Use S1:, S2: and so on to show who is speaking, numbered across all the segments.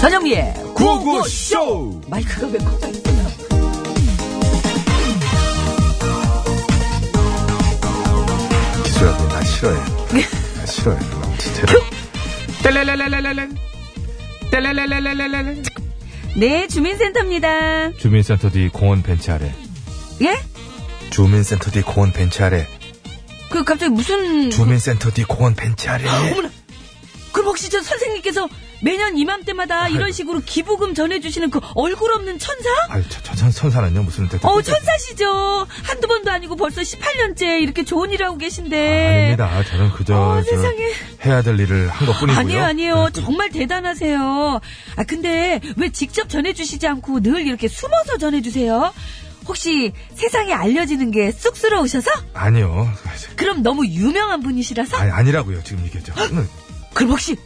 S1: 전영미의
S2: 구호구쇼
S1: 마이크가 왜 꺼져 있구나.
S2: 기술하고 나 싫어해. 나 싫어해. 너무 디테일. 떼레레레레레레. 떼레레레레레레.
S1: 네, 주민센터입니다.
S3: 주민센터 뒤 공원 벤치 아래.
S1: 예?
S2: 주민센터 뒤 공원 벤치 아래.
S1: 그 갑자기 무슨
S2: 주민센터 뒤 공원 벤치 아래.
S1: 그럼 혹시 저 선생님께서 매년
S3: 아,
S1: 이맘때마다
S3: 그-
S1: 이런 식으로 기부금 전해주시는 그 얼굴 없는 천사?
S3: 아유, 저, 저, 천- 천사는요? 무슨. 대-
S1: 어 천사시죠. 한두 번도 아니고 벌써 18년째 이렇게 좋은 일 하고 계신데.
S3: 아닙니다. 저는 그저,
S1: 어,
S3: 저
S1: 세상에.
S3: 해야 될 일을 한 것 뿐이고요. 네.
S1: 아니에요, 아니에요. 정말 대단하세요. 아, 근데 왜 직접 전해주시지 않고 늘 이렇게 숨어서 전해주세요? 혹시 세상에 알려지는 게 쑥스러우셔서?
S3: 아니요.
S1: 그럼 너무 유명한 분이시라서?
S3: 아니, 아니라고요. 지금 이게 저.
S1: 그럼 혹시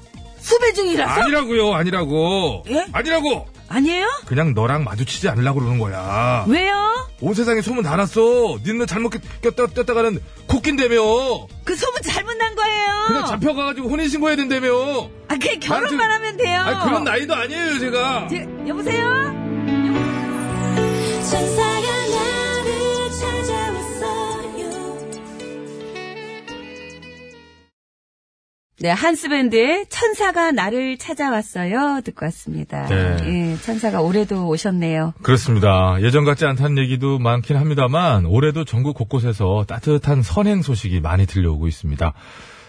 S1: 수배 중이라서?
S3: 아니라고요. 아니라고.
S1: 예?
S3: 아니라고.
S1: 아니에요?
S3: 그냥 너랑 마주치지 않으려고 그러는 거야.
S1: 왜요?
S3: 온 세상에 소문 다 났어. 니는 잘못 꼈다, 꼈다가는 코낀다며.
S1: 그 소문 잘못 난 거예요.
S3: 그냥 잡혀가가지고 혼인신고해야 된다며.
S1: 아, 그냥 결혼만
S3: 나는
S1: 하면 돼요.
S3: 아니, 그런 나이도 아니에요, 제가.
S1: 제, 여보세요?
S4: 천사가 나를 찾아왔어요.
S1: 네, 한스밴드의 천사가 나를 찾아왔어요. 듣고 왔습니다.
S3: 네.
S1: 예, 천사가 올해도 오셨네요.
S3: 그렇습니다. 예전 같지 않다는 얘기도 많긴 합니다만 올해도 전국 곳곳에서 따뜻한 선행 소식이 많이 들려오고 있습니다.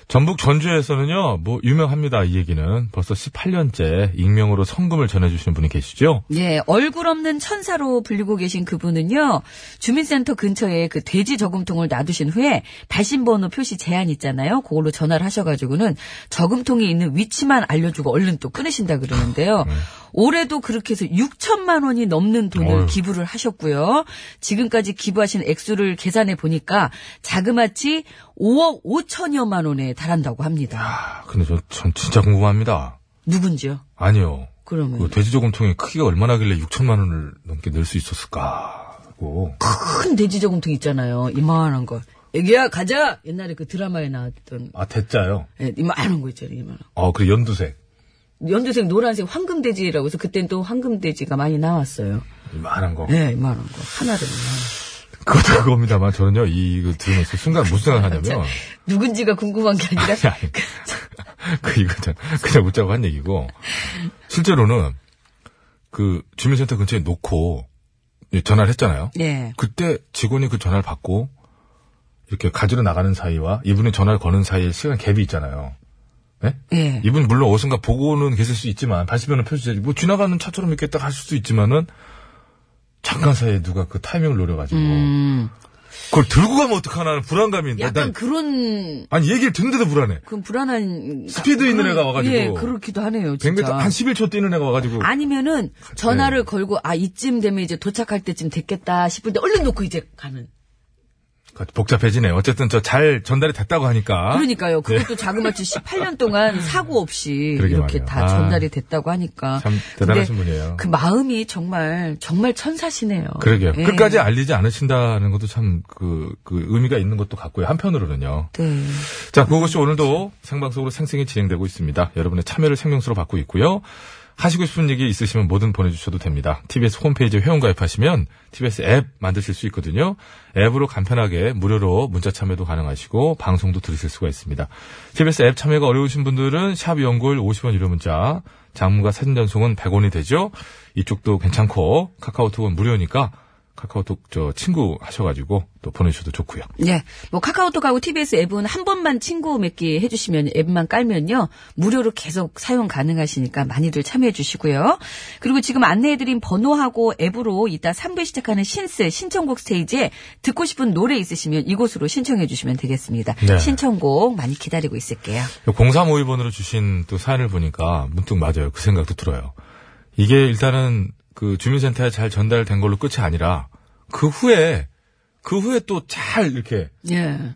S3: 전북 전주에서는요, 뭐 유명합니다. 이 얘기는 벌써 18년째 익명으로 성금을 전해주시는 분이 계시죠.
S1: 예, 얼굴 없는 천사로 불리고 계신 그분은요, 주민센터 근처에 그 돼지 저금통을 놔두신 후에 발신번호 표시 제한 있잖아요. 그걸로 전화를 하셔가지고는 저금통이 있는 위치만 알려주고 얼른 또 끊으신다 그러는데요.
S3: 네.
S1: 올해도 그렇게 해서 6천만 원이 넘는 돈을
S3: 어휴.
S1: 기부를 하셨고요. 지금까지 기부하신 액수를 계산해 보니까 자그마치 5억 5천여만 원에 달한다고 합니다.
S3: 아, 근데 저, 전 진짜 궁금합니다.
S1: 누군지요?
S3: 아니요.
S1: 그러면.
S3: 그 돼지저금통의 크기가 얼마나길래 6천만 원을 넘게 낼 수 있었을까. 하고.
S1: 큰 돼지 저금통 있잖아요. 이만한 거. 애기야, 가자! 옛날에 그 드라마에 나왔던,
S3: 아, 대짜요?
S1: 예, 이만한 거 있잖아요, 이만한 거.
S3: 어, 그래, 연두색.
S1: 연두색, 노란색, 황금돼지라고 해서 그땐 또 황금돼지가 많이 나왔어요.
S3: 이만한 거.
S1: 예, 이만한 거. 하나를.
S3: 그것도 그겁니다만, 저는요, 이, 이거 들으면서 순간 무슨 생각을 하냐면,
S1: 누군지가 궁금한 게 아니라,
S3: 아니, 아니. 그, 이거 그냥, 그냥 웃자고 한 얘기고. 실제로는, 그, 주민센터 근처에 놓고, 예, 전화를 했잖아요.
S1: 예.
S3: 그때 직원이 그 전화를 받고, 이렇게 가지러 나가는 사이와 이분이 전화를 거는 사이에 시간 갭이 있잖아요. 예?
S1: 예.
S3: 이분 물론 어딘가 보고는 계실 수 있지만, 80여는 표시되지, 뭐 지나가는 차처럼 이렇게 딱 하실 수 있지만은, 잠깐 사이에 누가 그 타이밍을 노려가지고,
S1: 음,
S3: 그걸 들고 가면 어떡하나 는 불안감이, 나,
S1: 약간
S3: 난,
S1: 그런,
S3: 아니, 얘기를 듣는데도 불안해.
S1: 그런 불안한.
S3: 스피드 있는
S1: 그런-
S3: 애가 와가지고.
S1: 예, 그렇기도 하네요,
S3: 100m,
S1: 진짜.
S3: 한 11초 뛰는 애가 와가지고.
S1: 아니면은, 전화를 걸고, 아, 이쯤 되면 이제 도착할 때쯤 됐겠다 싶을 때 얼른 놓고 이제 가는.
S3: 그 복잡해지네. 어쨌든 저 잘 전달이 됐다고 하니까.
S1: 그러니까요. 그것도 자그마치 18년 동안 사고 없이
S3: 네. 그러게
S1: 이렇게
S3: 말이에요.
S1: 다
S3: 아,
S1: 전달이 됐다고 하니까.
S3: 참 대단하신
S1: 근데
S3: 분이에요.
S1: 그 마음이 정말 정말 천사시네요.
S3: 그러게요.
S1: 예.
S3: 끝까지 아- 알리지 않으신다는 것도 참, 그, 그 의미가 있는 것도 같고요. 한편으로는요.
S1: 네.
S3: 자, 그것이 오늘도 생방송으로 생생히 진행되고 있습니다. 여러분의 참여를 생명수로 받고 있고요. 하시고 싶은 얘기 있으시면 뭐든 보내주셔도 됩니다. TBS 홈페이지에 회원 가입하시면 TBS 앱 만드실 수 있거든요. 앱으로 간편하게 무료로 문자 참여도 가능하시고 방송도 들으실 수가 있습니다. TBS 앱 참여가 어려우신 분들은 샵 연골 50원 유료 문자, 장문과 사진 전송은 100원이 되죠. 이쪽도 괜찮고 카카오톡은 무료니까 카카오톡 저 친구 하셔가지고 또 보내주셔도 좋고요.
S1: 예. 뭐 카카오톡하고 TBS 앱은 한 번만 친구 맺기 해주시면 앱만 깔면요 무료로 계속 사용 가능하시니까 많이들 참여해 주시고요. 그리고 지금 안내해드린 번호하고 앱으로 이따 3부에 시작하는 신스 신청곡 스테이지에 듣고 싶은 노래 있으시면 이곳으로 신청해 주시면 되겠습니다.
S3: 네.
S1: 신청곡 많이 기다리고 있을게요.
S3: 0352번으로 주신 또 사연을 보니까 문득 맞아요. 그 생각도 들어요. 이게 일단은 그 주민센터에 잘 전달된 걸로 끝이 아니라 그 후에 그 후에 또 잘 이렇게
S1: 예.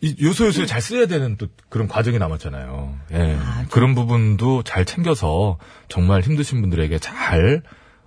S3: 이 요소요소에 잘 쓰여야 되는 또 그런 과정이 남았잖아요. 예. 그런 부분도 잘 챙겨서 정말 힘드신 분들에게 잘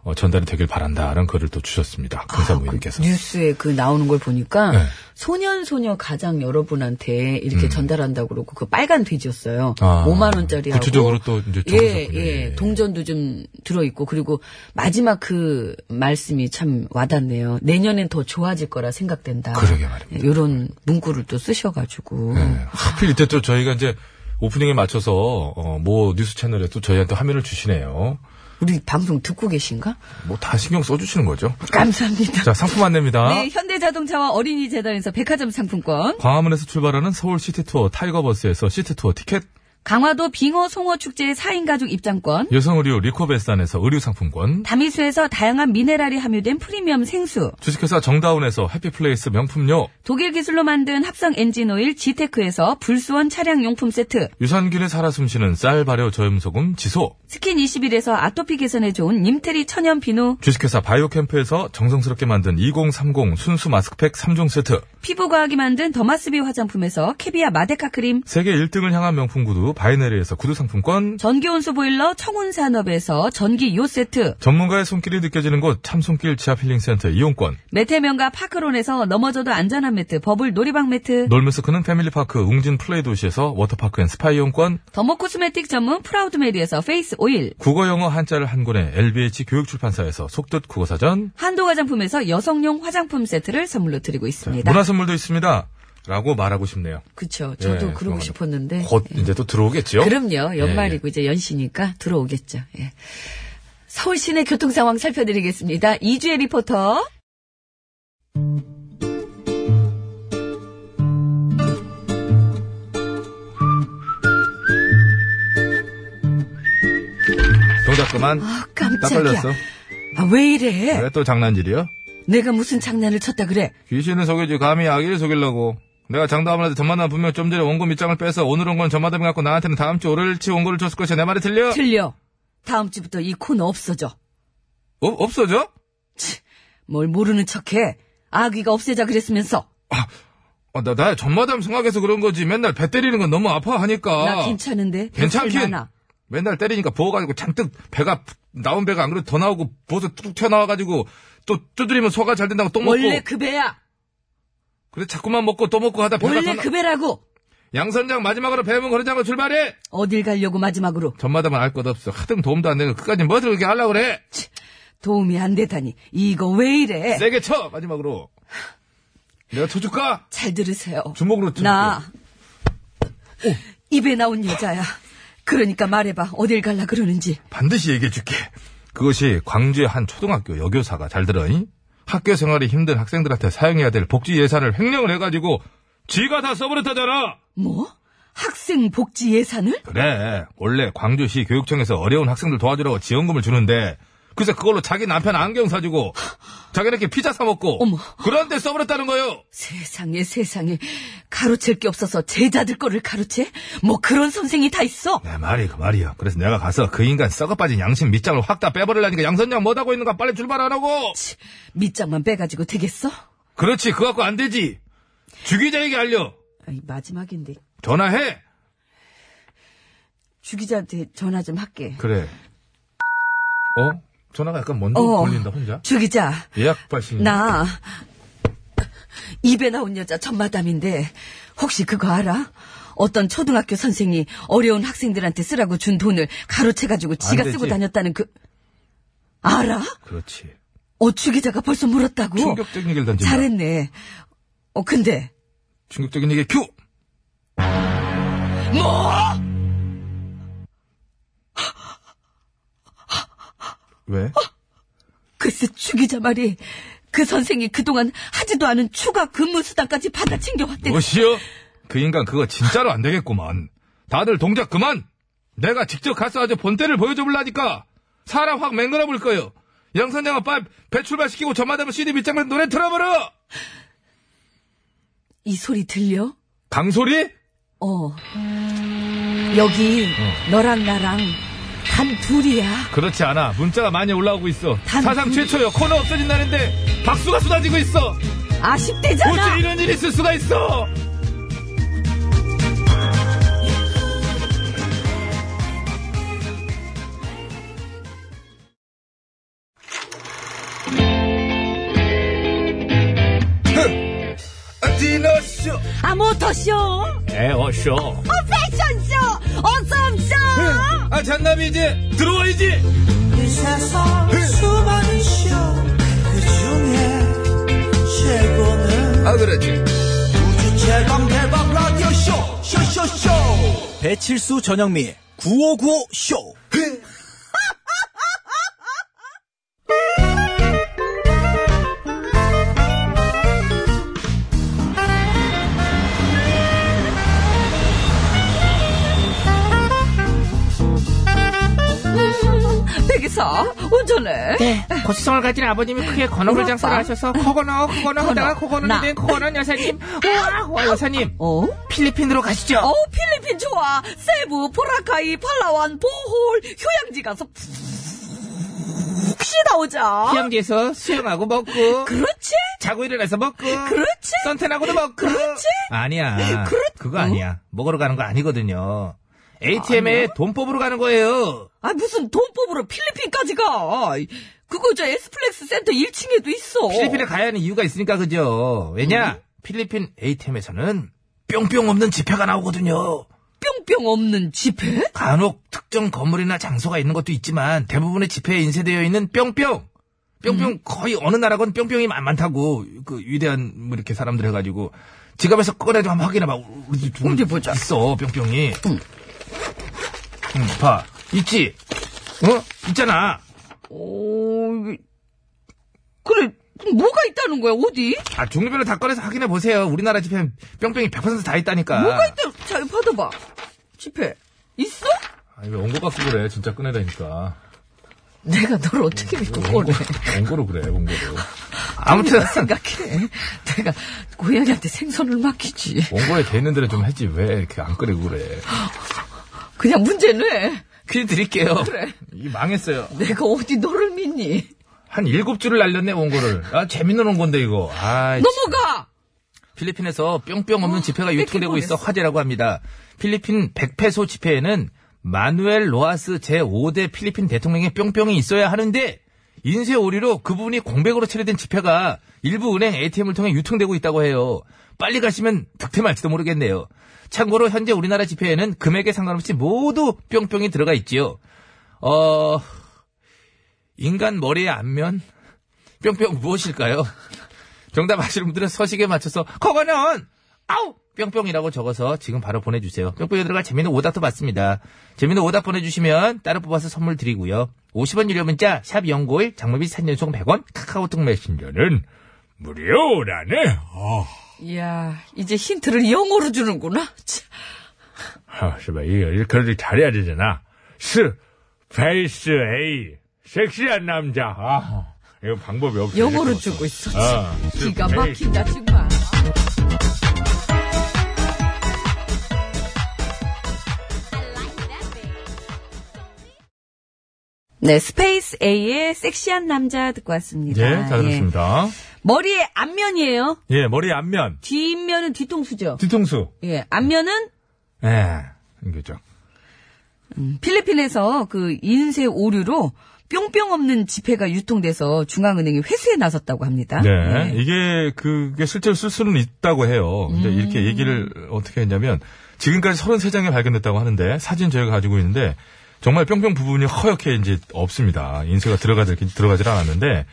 S3: 어, 전달이 되길 바란다라는 글을 또 주셨습니다. 군사부인께서.
S1: 그 뉴스에 그 나오는 걸 보니까
S3: 네. 음.
S1: 소년 소녀 가장 여러분한테 이렇게 전달한다고 그러고 그 빨간 돼지였어요.
S3: 아,
S1: 5만 원짜리하고
S3: 구체적으로 또 이제
S1: 예,
S3: 적으셨군요.
S1: 예. 동전도 좀 들어 있고 그리고 마지막 그 말씀이 참 와닿네요. 내년엔 더 좋아질 거라 생각된다.
S3: 그러게 말입니다.
S1: 이런 문구를 또 쓰셔 가지고
S3: 네. 하필 이때 또 저희가 이제 오프닝에 맞춰서 어, 뭐 뉴스 채널에 또 저희한테 화면을 주시네요.
S1: 우리 방송 듣고 계신가?
S3: 뭐 다 신경 써주시는 거죠.
S1: 감사합니다.
S3: 자 상품 안내입니다.
S1: 네, 현대자동차와 어린이재단에서 백화점 상품권,
S3: 광화문에서 출발하는 서울 시티투어 타이거버스에서 시티투어 티켓,
S1: 강화도 빙어 송어 축제 4인 가족 입장권,
S3: 여성의류 리코베스단에서 의류 상품권,
S1: 다미수에서 다양한 미네랄이 함유된 프리미엄 생수,
S3: 주식회사 정다운에서 해피플레이스 명품료,
S1: 독일 기술로 만든 합성 엔진 오일 지테크에서 불수원 차량 용품 세트,
S3: 유산균이 살아 숨쉬는 쌀 발효 저염소금 지소,
S1: 스킨 21에서 아토피 개선에 좋은 님테리 천연 비누,
S3: 주식회사 바이오캠프에서 정성스럽게 만든 2030 순수 마스크팩 3종 세트,
S1: 피부과학이 만든 더마스비 화장품에서 캐비아 마데카 크림,
S3: 세계 1등을 향한 명품 구두 바이네리에서 구두 상품권,
S1: 전기온수 보일러 청운산업에서 전기 요 세트,
S3: 전문가의 손길이 느껴지는 곳 참손길 지압 힐링센터 이용권,
S1: 메테면과 파크론에서 넘어져도 안전한 매트, 버블 놀이방 매트,
S3: 놀면서 크는 패밀리파크 웅진 플레이 도시에서 워터파크 앤 스파 이용권,
S1: 더모 코스메틱 전문 프라우드메리에서 페이스 오일,
S3: 국어 영어 한자를 한 권에 LBH 교육출판사에서 속뜻 국어사전,
S1: 한도 화장품에서 여성용 화장품 세트를 선물로 드리고 있습니다.
S3: 문화 선물도 있습니다. 라고 말하고 싶네요.
S1: 그쵸. 저도
S3: 예,
S1: 그러고
S3: 그거는
S1: 싶었는데.
S3: 곧
S1: 예.
S3: 이제 또 들어오겠죠?
S1: 그럼요. 연말이고
S3: 예,
S1: 이제 연시니까 들어오겠죠. 예. 서울 시내 교통 상황 살펴드리겠습니다. 이주혜 리포터.
S2: 동작 그만.
S1: 아,
S2: 딱
S1: 깜짝이야.
S2: 걸렸어.
S1: 아, 왜 이래?
S2: 왜 또 장난질이야?
S1: 내가 무슨 장난을 쳤다 그래?
S2: 귀신을 속이지 감히 아기를 속이려고. 내가 장담하는데 전마담 분명 좀 전에 원고 밑장을 빼서 오늘 온 건 전마담이 갖고 나한테는 다음 주 월요일치 원고를 줬을 것이야. 내 말이 틀려?
S1: 틀려. 다음 주부터 이 코너 없어져.
S2: 어, 없어져?
S1: 뭘 모르는 척해. 아귀가 없애자 그랬으면서.
S2: 어, 나, 나 전마담 생각해서 그런 거지. 맨날 배 때리는 건 너무 아파하니까.
S1: 나 괜찮은데.
S2: 괜찮긴.
S1: 별탈 많아.
S2: 맨날 때리니까 부어가지고 잔뜩 배가 나온 배가 안 그래도 더 나오고 부어서 뚝 튀어나와가지고 또 두드리면 소화 잘 된다고 또 먹고
S1: 원래 그 배야.
S2: 그래 자꾸만 먹고 또 먹고 하다 배가 더
S1: 원래
S2: 나-
S1: 그 배라고.
S2: 양선장 마지막으로 배문 거래장으로 출발해
S1: 어딜 가려고 마지막으로.
S2: 전마담은 알 것 없어 하등 도움도 안 되고 끝까지 뭐 들고 이렇게 하려고 그래
S1: 도움이 안 되다니 이거 왜 이래?
S3: 네.
S2: 세게 쳐 마지막으로 내가 쳐줄까?
S1: 잘 들으세요.
S2: 주먹으로 쳐
S1: 나
S3: 예.
S1: 입에 나온 여자야. 그러니까 말해봐 어딜 갈라 그러는지.
S2: 반드시 얘기해줄게
S3: 그것이 광주의 한 초등학교 여교사가 잘 들어. 잉? 학교 생활이 힘든 학생들한테 사용해야 될 복지 예산을 횡령을 해가지고
S2: 지가 다 써버렸다잖아
S1: 뭐? 학생 복지 예산을?
S3: 그래 원래 광주시 교육청에서 어려운 학생들 도와주라고 지원금을 주는데 그래서 그걸로 자기 남편 안경 사주고 자기네끼리 피자 사 먹고
S1: 어머.
S3: 그런데 써버렸다는 거요.
S1: 세상에 세상에 가로챌 게 없어서 제자들 거를 가로채? 뭐 그런 선생이 다 있어?
S3: 내 말이 그 말이야. 그래서 내가 가서 그 인간 썩어 빠진 양심 밑장을 확 다 빼버리려니까 양선장 뭐하고 있는가 빨리 출발하라고.
S1: 밑장만 빼가지고 되겠어?
S3: 그렇지 그거 갖고 안 되지. 주기자에게 알려.
S1: 아이, 마지막인데
S3: 전화해.
S1: 주기자한테 전화 좀 할게.
S3: 그래. 어? 전화가 약간 먼저
S1: 어.
S3: 걸린다 혼자.
S1: 주기자
S3: 예약 발신.
S1: 나 입에 나온 여자 전마담인데 혹시 그거 알아? 어떤 초등학교 선생이 어려운 학생들한테 쓰라고 준 돈을 가로채가지고 지가
S3: 되지.
S1: 쓰고 다녔다는 그 알아?
S3: 그렇지.
S1: 어추 기자가 벌써 뭐? 물었다고?
S3: 충격적인 얘기를 던진다.
S1: 잘했네. 어 근데
S3: 충격적인 얘기
S1: 어,
S3: 큐.
S1: 뭐?
S3: 왜?
S1: 글쎄 추 기자 말이 그 선생이 그동안 하지도 않은 추가 근무 수당까지 받아 챙겨왔대.
S3: 무엇이요? 그 인간 그거 진짜로 안 되겠구만. 다들 동작 그만. 내가 직접 가서 아주 본때를 보여줘 볼라니까. 사람 확 맹그러 볼 거요. 양 선장아 빨리 배 출발시키고 저마다면 CD 밑장에서 노래 틀어버려.
S1: 이 소리 들려?
S3: 강소리?
S1: 어. 여기 너랑 나랑 단 둘이야.
S3: 그렇지 않아. 문자가 많이 올라오고 있어.
S1: 단- 그-
S3: 사상 최초요. 코너 없어진다는데 박수가 쏟아지고 있어. 어째
S1: 아쉽대잖아.
S3: 이런 일이 있을 수가 있어.
S2: 쇼!
S1: 아 모터쇼
S3: 네,
S2: 에어쇼!
S1: 어, 패션쇼 어썸쇼
S2: 아, 잔남이 이제 들어와야지!
S5: 이 세상 수많은 쇼그 중에 최고는
S2: 아, 그렇지.
S5: 우주 최강 대박 라디오 쇼 쇼쇼쇼 배칠수 전영미 9595 쇼.
S1: 백이사 운전해
S6: 네, 고수성을 가진 아버님이 크게 건어물
S1: 우리
S6: 장사를
S1: 아빠.
S6: 하셔서 코건어, 코건어 하다가 아, 코건어
S1: 나.
S6: 된 코건어 여사님. 우와, 우와, 여사님.
S1: 어?
S6: 필리핀으로 가시죠.
S1: 어 필리핀 좋아 세부 보라카이 팔라완 보홀 휴양지 가서 푹 쉬다 오자
S6: 휴양지에서 수영하고 먹고
S1: 그렇지
S6: 자고 일어나서 먹고
S1: 그렇지
S6: 선탠하고도 먹고
S1: 그렇지?
S6: 아니야 그거 아니야 먹으러 가는 거 아니거든요 ATM에 돈 뽑으러 가는 거예요
S1: 아 무슨 돈 뽑으러 필리핀까지 가 그거 저 에스플렉스 센터 1층에도 있어
S6: 필리핀에 가야 하는 이유가 있으니까 그죠 왜냐
S1: 음.
S6: 필리핀 ATM에서는 뿅뿅 없는 지폐가 나오거든요
S1: 뿅뿅 없는 지폐
S6: 간혹 특정 건물이나 장소가 있는 것도 있지만 대부분의 지폐에 인쇄되어 있는 뿅뿅 뿅뿅
S1: 음.
S6: 거의 어느 나라건 뿅뿅이 많- 많다고 그 위대한 뭐 이렇게 사람들 해가지고 지갑에서 꺼내서 한번 확인해봐 우리 집
S1: 어디 보자. 음.
S6: 있어 뿅뿅이
S1: 응.
S6: 응, 봐 있지 어 있잖아
S1: 오, 이게- 그래, 그럼 뭐가 있다는 거야, 어디?
S6: 아 종류별로 다 꺼내서 확인해 보세요 우리나라 지폐 뿅뿅이 100%다 있다니까
S3: 아.
S1: 뭐가 있다, 자, 이거 받아봐. 지폐. 있어?
S3: 아니, 왜 원고 갖고 그래? 진짜 꺼내다니까.
S1: 내가 널 어떻게 믿고 꺼내.
S3: 원고로 그래, 원고로.
S6: 아무튼
S1: 생각해. 내가 고양이한테 생선을 맡기지.
S3: 원고에 돼 있는 대로 좀 했지. 왜 이렇게 안 꺼내고 그래.
S1: 그냥 문제는
S6: 퀴즈 드릴게요
S1: 그래.
S6: 이 망했어요
S1: 내가 어디 너를 믿니?
S6: 한 일곱 줄을 날렸네 원고를 아 재밌는 원고인데 이거 아
S1: 넘어가!
S6: 필리핀에서 뿅뿅 없는 지폐가 유통되고
S1: 뺏길
S6: 있어 화제라고 합니다. 필리핀 100페소 지폐에는 마누엘 로아스 제5대 필리핀 대통령의 뿅뿅이 있어야 하는데 인쇄 오류로 그분이 공백으로 처리된 지폐가 일부 은행 ATM을 통해 유통되고 있다고 해요. 빨리 가시면 득템할지도 모르겠네요. 참고로 현재 우리나라 지폐에는 금액에 상관없이 모두 뿅뿅이 들어가 있지요. 어 인간 머리의 안면 뿅뿅 무엇일까요? 정답 아시는 분들은 서식에 맞춰서 그거는 아우 뿅뿅이라고 적어서 지금 바로 보내주세요. 뿅뿅에 들어갈 재미있는 오답도 받습니다. 재미있는 오답 보내주시면 따로 뽑아서 선물 드리고요. 50원 유료 문자 샵 연고일 장모비 3년송 100원 카카오톡 메신저는 무료라네.
S1: 이야, 이제 힌트를 영어로 주는구나. 참.
S3: 아, 씨발, 이거, 이렇게 잘해야 되잖아. 스, 페이스 A. 섹시한 남자. 아, 이거 방법이 없어.
S1: 영어로 주고 있어.
S3: 아,
S1: 기가
S3: 페이스
S1: 막힌다, 정말. 네, 스페이스 A의 섹시한 남자 듣고 왔습니다.
S3: 예, 잘 들었습니다.
S1: 머리의 앞면이에요.
S3: 예, 머리 앞면.
S1: 뒷면은 뒤통수죠.
S3: 뒤통수.
S1: 예, 앞면은
S3: 예, 이거죠.
S1: 필리핀에서 그 인쇄 오류로 뿅뿅 없는 지폐가 유통돼서 중앙은행이 회수에 나섰다고 합니다.
S3: 네.
S1: 예.
S3: 이게, 그게 실제로 쓸 수는 있다고 해요. 근데 이렇게 얘기를 어떻게 했냐면, 지금까지 33장이 발견됐다고 하는데, 사진 저희가 가지고 있는데, 정말 뿅뿅 부분이 허옇게 이제 없습니다. 인쇄가 들어가질, 들어가질 않았는데,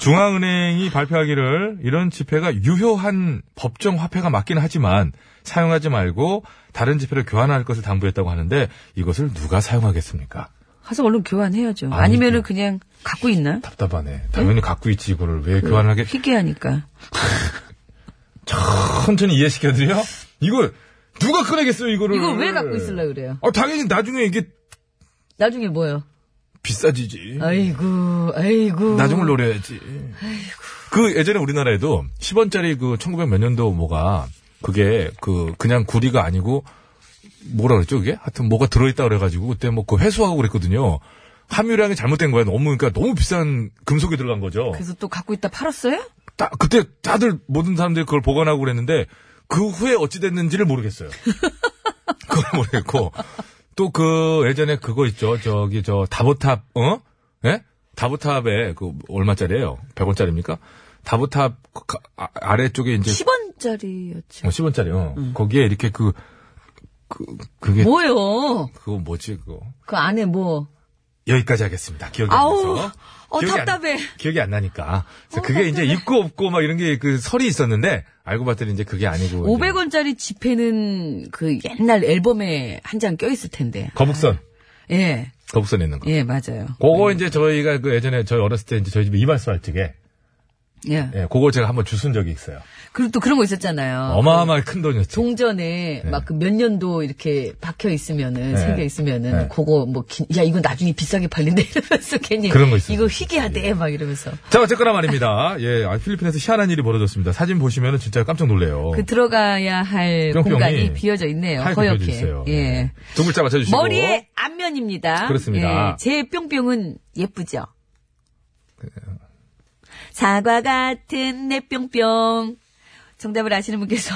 S3: 중앙은행이 발표하기를 이런 지폐가 유효한 법정 화폐가 맞긴 하지만 사용하지 말고 다른 지폐를 교환할 것을 당부했다고 하는데 이것을 누가 사용하겠습니까?
S1: 가서 얼른 교환해야죠.
S3: 아니죠.
S1: 아니면은 그냥 갖고 있나?
S3: 답답하네. 당연히 갖고 있지 이거를 왜 교환하게
S1: 희귀하니까.
S3: 천천히 이해시켜드려? 이걸 누가 꺼내겠어요 이거를?
S1: 이걸 왜 갖고 있으려 그래요?
S3: 아, 당연히 나중에 이게
S1: 나중에 뭐요?
S3: 비싸지지.
S1: 아이고, 아이고.
S3: 나중을 노려야지. 그 예전에 우리나라에도 10원짜리 그 1900 몇 년도 뭐가 그게 그 그냥 구리가 아니고 뭐라 그랬죠 그게? 하여튼 뭐가 들어있다 그래가지고 그때 뭐 그 회수하고 그랬거든요. 함유량이 잘못된 거야. 너무 그러니까 너무 비싼 금속이 들어간 거죠.
S1: 그래서 또 갖고 있다 팔았어요?
S3: 다- 그때 다들 모든 사람들이 그걸 보관하고 그랬는데 그 후에 어찌 됐는지를 모르겠어요. 그걸 모르겠고 또 그 예전에 그거 있죠. 저기 저 다보탑 어? 예? 다보탑에 그 얼마짜리예요? 100원짜리입니까? 다보탑 그 가- 아- 아래쪽에 이제
S1: 10원짜리 10원짜리였죠.
S3: 어, 10원짜리, 어. 거기에 이렇게 그, 그, 그게,
S1: 뭐요?
S3: 그거 뭐지, 그거.
S1: 그 안에 뭐.
S3: 여기까지 하겠습니다. 기억이 안
S1: 아우,
S3: 나서.
S1: 어,
S3: 기억이 안-
S1: 답답해. 어,
S3: 기억이 안 나니까. 그래서 그게 이제 있고 없고 막 이런 게 그 설이 있었는데, 알고 봤더니 이제 그게 아니고.
S1: 500원짜리 지폐는 그 옛날 앨범에 한 장 껴있을 텐데.
S3: 거북선.
S1: 예,
S3: 거북선 있는 거.
S1: 예, 맞아요.
S3: 그거 이제 저희가 그 예전에 저희 어렸을 때 이제 저희 집에 이발소 할 적에,
S1: 예.
S3: 예, 그거 제가 한번 주순 적이 있어요.
S1: 그리고 또 그런 거 있었잖아요.
S3: 어마어마하게 큰 돈이었죠.
S1: 동전에 막 그 몇 년도 이렇게 박혀 있으면은
S3: 네.
S1: 새겨 있으면은
S3: 네.
S1: 그거 뭐 기- 야, 이거 나중에 비싸게 팔린다 이러면서 괜히
S3: 그런 거 있었어요.
S1: 이거 희귀하대 막 이러면서
S3: 자, 어쨌거나 말입니다. 예, 아, 필리핀에서 희한한 일이 벌어졌습니다. 사진 보시면은 진짜 깜짝 놀래요.
S1: 그 들어가야 할
S3: 뿅뿅이
S1: 공간이 비어져 있네요.
S3: 하얗게
S1: 허옇게.
S3: 펴져 있어요.
S1: 예.
S3: 두 글자 맞춰주시고.
S1: 머리의 앞면입니다.
S3: 그렇습니다.
S1: 예, 제 뿅뿅은 예쁘죠. 사과 같은 내 뿅뿅. 정답을 아시는 분께서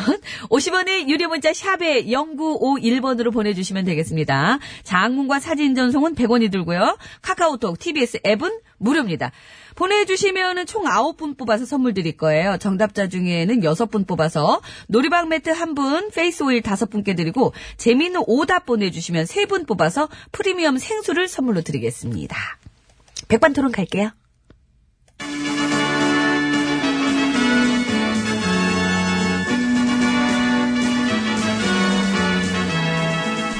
S1: 50원의 유료 문자 샵에 0951번으로 보내주시면 되겠습니다. 장문과 사진 전송은 100원이 들고요. 카카오톡, TBS 앱은 무료입니다. 보내주시면 총 9분 뽑아서 선물 드릴 거예요. 정답자 중에는 6분 뽑아서 놀이방 매트 1분, 페이스 오일 5분께 드리고 재미있는 오답 보내주시면 3분 뽑아서 프리미엄 생수를 선물로 드리겠습니다. 백반토론 갈게요.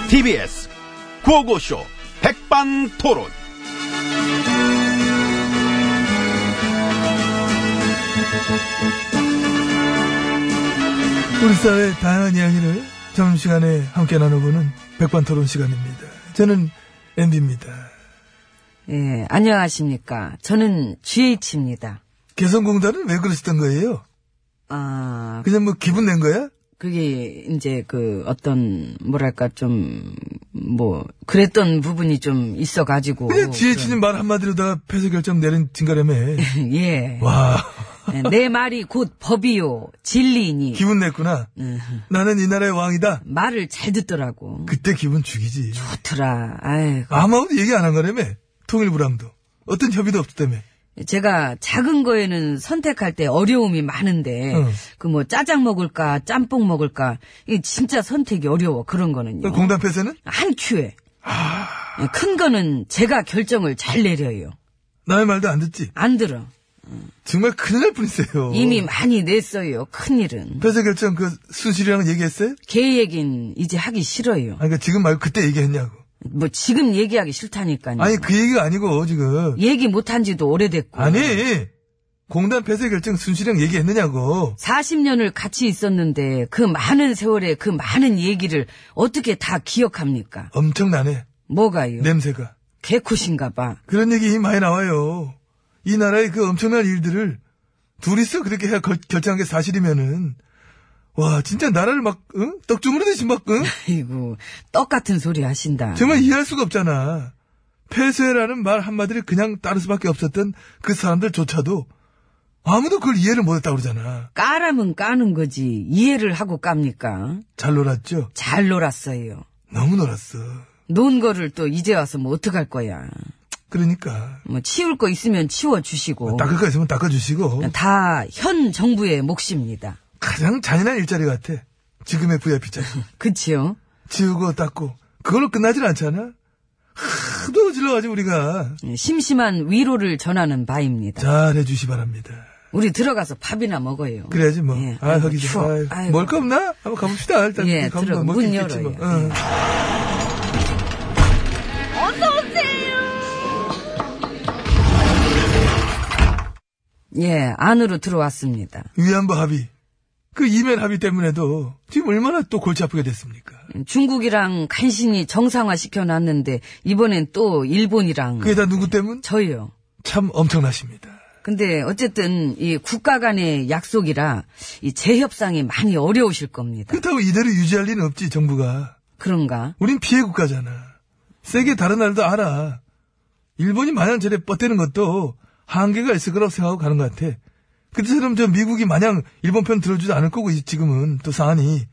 S7: TBS 구호고쇼 백반토론.
S8: 우리 사회 다양한 이야기를 점심시간에 함께 나눠보는 백반토론 시간입니다. 저는 MB입니다.
S1: 예, 안녕하십니까. 저는 GH입니다.
S8: 개성공단은 왜 그러셨던 거예요?
S1: 아,
S8: 그냥 뭐 기분 낸 거야?
S1: 그게 이제 그 어떤 뭐랄까 좀 뭐 그랬던 부분이 좀 있어 가지고
S8: 그냥 지혜진님 말 한마디로다가 패소 결정 내린 진가라며.
S1: 예.
S8: 와,
S1: 네, 내 말이 곧 법이요. 진리니. 음,
S8: 기분 냈구나. 나는 이 나라의 왕이다.
S1: 말을 잘 듣더라고.
S8: 그때 기분 죽이지.
S1: 좋더라. 아이
S8: 아무도 얘기 안 한 거라며. 통일부랑도. 어떤 협의도 없었다며.
S1: 제가 작은 거에는 선택할 때 어려움이 많은데
S8: 응.
S1: 그 뭐 짜장 먹을까 짬뽕 먹을까 이게 진짜 선택이 어려워 그런
S8: 또
S1: 거는요.
S8: 그러니까 공단 폐쇄는?
S1: 한 큐에. 예, 큰 거는 제가 결정을 잘 내려요.
S8: 나의 말도 안 듣지.
S1: 안 들어.
S8: 정말 큰일 날 뻔했어요.
S1: 이미 많이 냈어요. 큰일은.
S8: 폐쇄 결정 그 순실이랑 얘기했어요?
S1: 걔 얘긴 이제 하기 싫어요.
S8: 아니, 그러니까 지금 말고 그때 얘기했냐고.
S1: 뭐 지금 얘기하기 싫다니까요.
S8: 아니 그 얘기가 아니고 지금
S1: 얘기 못한 지도 오래됐고.
S8: 아니 공단 폐쇄 결정 순실형 얘기했느냐고
S1: 40년을 같이 있었는데 그 많은 세월에 그 많은 얘기를 어떻게 다 기억합니까?
S8: 엄청나네
S1: 뭐가요?
S8: 냄새가
S1: 개코신가 봐.
S8: 그런 얘기 많이 나와요 이 나라의 그 엄청난 일들을 둘이서 그렇게 해 결정한 게 사실이면은 와 진짜 나라를 막 응? 떡주무르 듯이 막 응?
S1: 아이고 떡 같은 소리 하신다.
S8: 정말 이해할 수가 없잖아 폐쇄라는 말 한마디를 그냥 따를 수밖에 없었던 그 사람들조차도 아무도 그걸 이해를 못했다고 그러잖아
S1: 까라면 까는 거지 이해를 하고 깝니까?
S8: 잘 놀았죠?
S1: 잘 놀았어요.
S8: 너무 놀았어
S1: 논 거를 또 이제 와서 뭐 어떡할 거야.
S8: 그러니까
S1: 뭐 치울 거 있으면 치워주시고
S8: 닦을 거 있으면 닦아주시고
S1: 다 현 정부의 몫입니다.
S8: 가장 잔인한 일자리 같아. 지금의 VIP 자리.
S1: 그치요?
S8: 지우고 닦고. 그걸로 끝나질 않잖아? 하도 질러가지고 우리가.
S1: 네. 예, 심심한 위로를 전하는 바입니다.
S8: 잘해주시 바랍니다.
S1: 우리 들어가서 밥이나 먹어요.
S8: 그래야지 뭐.
S1: 예,
S8: 아,
S1: 아이고,
S8: 거기 좀.
S1: 추워.
S8: 아이고,
S1: 아이고.
S8: 뭘거 없나? 한번 가봅시다. 일단.
S1: 예,
S8: 가보면
S1: 들어.
S8: 뭐
S1: 문
S8: 있겠지 뭐.
S1: 열어요. 예.
S8: 응.
S1: 예, 안으로 들어왔습니다.
S8: 위안부 합의. 그 이면 합의 때문에도 지금 얼마나 또 골치 아프게 됐습니까?
S1: 중국이랑 간신히 정상화 시켜놨는데 이번엔 또 일본이랑
S8: 그게 다 누구 때문?
S1: 저요.
S8: 참 엄청나십니다.
S1: 근데 어쨌든 이 국가 간의 약속이라 이 재협상이 많이 어려우실 겁니다.
S8: 그렇다고 이대로 유지할 리는 없지, 정부가.
S1: 그런가?
S8: 우린 피해 국가잖아. 세계 다른 나라도 알아. 일본이 마냥 저래 뻗대는 것도 한계가 있을 거라고 생각하고 가는 것그 같아. 그때처럼 저 미국이 마냥 일본 편 들어주지 않을 거고, 이- 지금은 또 사안이.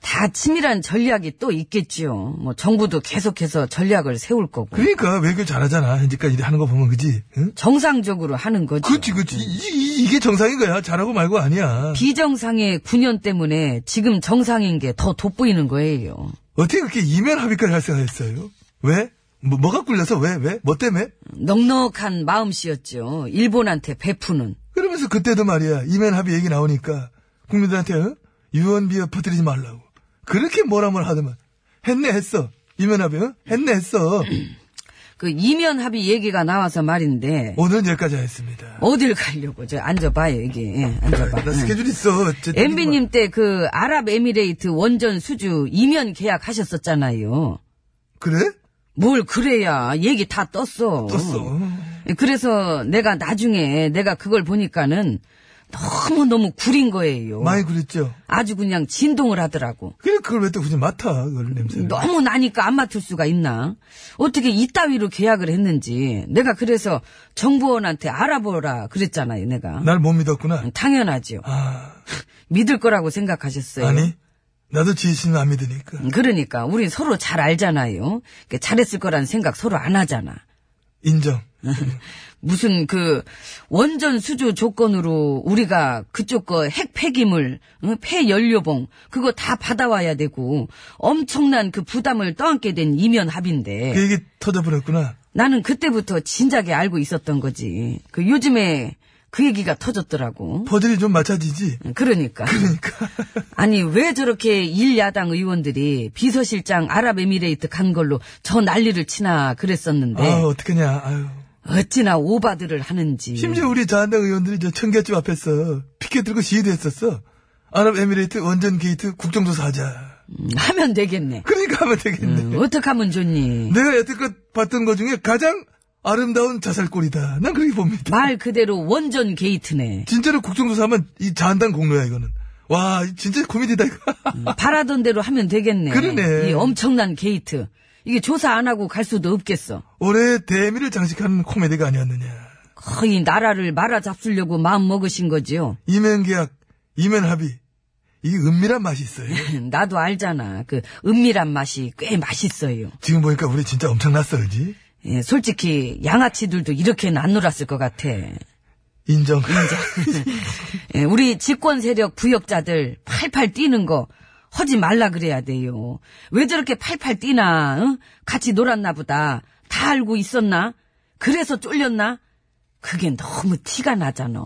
S1: 다 치밀한 전략이 또 있겠지요. 뭐 정부도 계속해서 전략을 세울 거고
S8: 그러니까 외교 잘하잖아. 현재까지 하는 거 보면 그지? 응?
S1: 정상적으로 하는 거죠.
S8: 그렇지, 그렇지. 이, 게 정상인 거야. 잘하고 말고 아니야.
S1: 비정상의 9년 때문에 지금 정상인 게 더 돋보이는 거예요.
S8: 어떻게 그렇게 이면 합의까지 할 생각했어요? 왜? 뭐, 뭐가 꿀려서 왜? 왜? 뭐 때문에?
S1: 넉넉한 마음씨였죠. 일본한테 베푸는.
S8: 그러면서 그때도 말이야 이면 합의 얘기 나오니까 국민들한테 어? 유언비어 퍼뜨리지 말라고 그렇게 뭐라 뭐라 하더만 했네 했어 이면 합의 어? 했네 했어
S1: 그 이면 합의 얘기가 나와서 말인데
S8: 오늘은 여기까지 하겠습니다
S1: 어딜 가려고 저 앉아봐요 이게 예, 앉아봐.
S8: 나 스케줄 있어 어쨌든
S1: 엠비님 때 그 아랍에미레이트 원전 수주 이면 계약하셨었잖아요.
S8: 그래?
S1: 뭘 그래야 얘기 다 떴어.
S8: 떴어
S1: 그래서 내가 나중에 내가 그걸 보니까는 너무 너무 구린 거예요.
S8: 많이 그랬죠
S1: 아주 그냥 진동을 하더라고.
S8: 그래 그걸 왜 또 굳이 맡아 그걸 냄새를
S1: 너무 나니까 안 맡을 수가 있나? 어떻게 이따위로 계약을 했는지 내가 그래서 정보원한테 알아보라 그랬잖아요. 내가
S8: 날 못 믿었구나
S1: 당연하지요.
S8: 아,
S1: 믿을 거라고 생각하셨어요.
S8: 아니 네. 나도 지혜씨는 안 믿으니까
S1: 그러니까 우린 서로 잘 알잖아요. 그러니까 잘했을 거라는 생각 서로 안 하잖아.
S8: 인정
S1: 무슨 그 원전 수주 조건으로 우리가 그쪽 거 핵 폐기물, 응? 폐연료봉 그거 다 받아와야 되고 엄청난 그 부담을 떠안게 된 이면 합인데
S8: 그 얘기 터져버렸구나
S1: 나는 그때부터 진작에 알고 있었던 거지. 그 요즘에 그 얘기가 터졌더라고.
S8: 퍼즐이 좀 맞춰지지
S1: 그러니까.
S8: 그러니까
S1: 아니 왜 저렇게 일야당 의원들이 비서실장 아랍에미레이트 간 걸로 저 난리를 치나 그랬었는데
S8: 아 어떡하냐 아유
S1: 어찌나 오바들을 하는지.
S8: 심지어 우리 자한당 의원들이 저 청계집 앞에서 피켓 들고 시위도했었어. 아랍에미레이트 원전 게이트 국정조사 하자.
S1: 음, 하면 되겠네.
S8: 그러니까 하면 되겠네. 네.
S1: 음, 어떻게 하면 좋니?
S8: 내가 여태껏 봤던 것 중에 가장 아름다운 자살골이다. 난 그렇게 봅니다.
S1: 말 그대로 원전 게이트네.
S8: 진짜로 국정조사하면 이 자한당 공로야 이거는. 와 진짜 고민이다 이거.
S1: 음, 바라던 대로 하면 되겠네.
S8: 그러네.
S1: 이 엄청난 게이트. 이게 조사 안 하고 갈 수도 없겠어.
S8: 올해 대미를 장식하는 코미디가 아니었느냐.
S1: 거의 나라를 말아잡수려고 마음 먹으신 거지요.
S8: 이면 계약, 이면 합의. 이게 은밀한 맛이 있어요.
S1: 나도 알잖아. 그 은밀한 맛이 꽤 맛있어요.
S8: 지금 보니까 우리 진짜 엄청났어, 그지?
S1: 예, 솔직히 양아치들도 이렇게는 안 놀았을 것 같아.
S8: 인정.
S1: 예, 우리 집권 세력 부역자들 팔팔 뛰는 거 하지 말라 그래야 돼요. 왜 저렇게 팔팔 뛰나? 응? 같이 놀았나 보다. 다 알고 있었나? 그래서 쫄렸나? 그게 너무 티가 나잖아.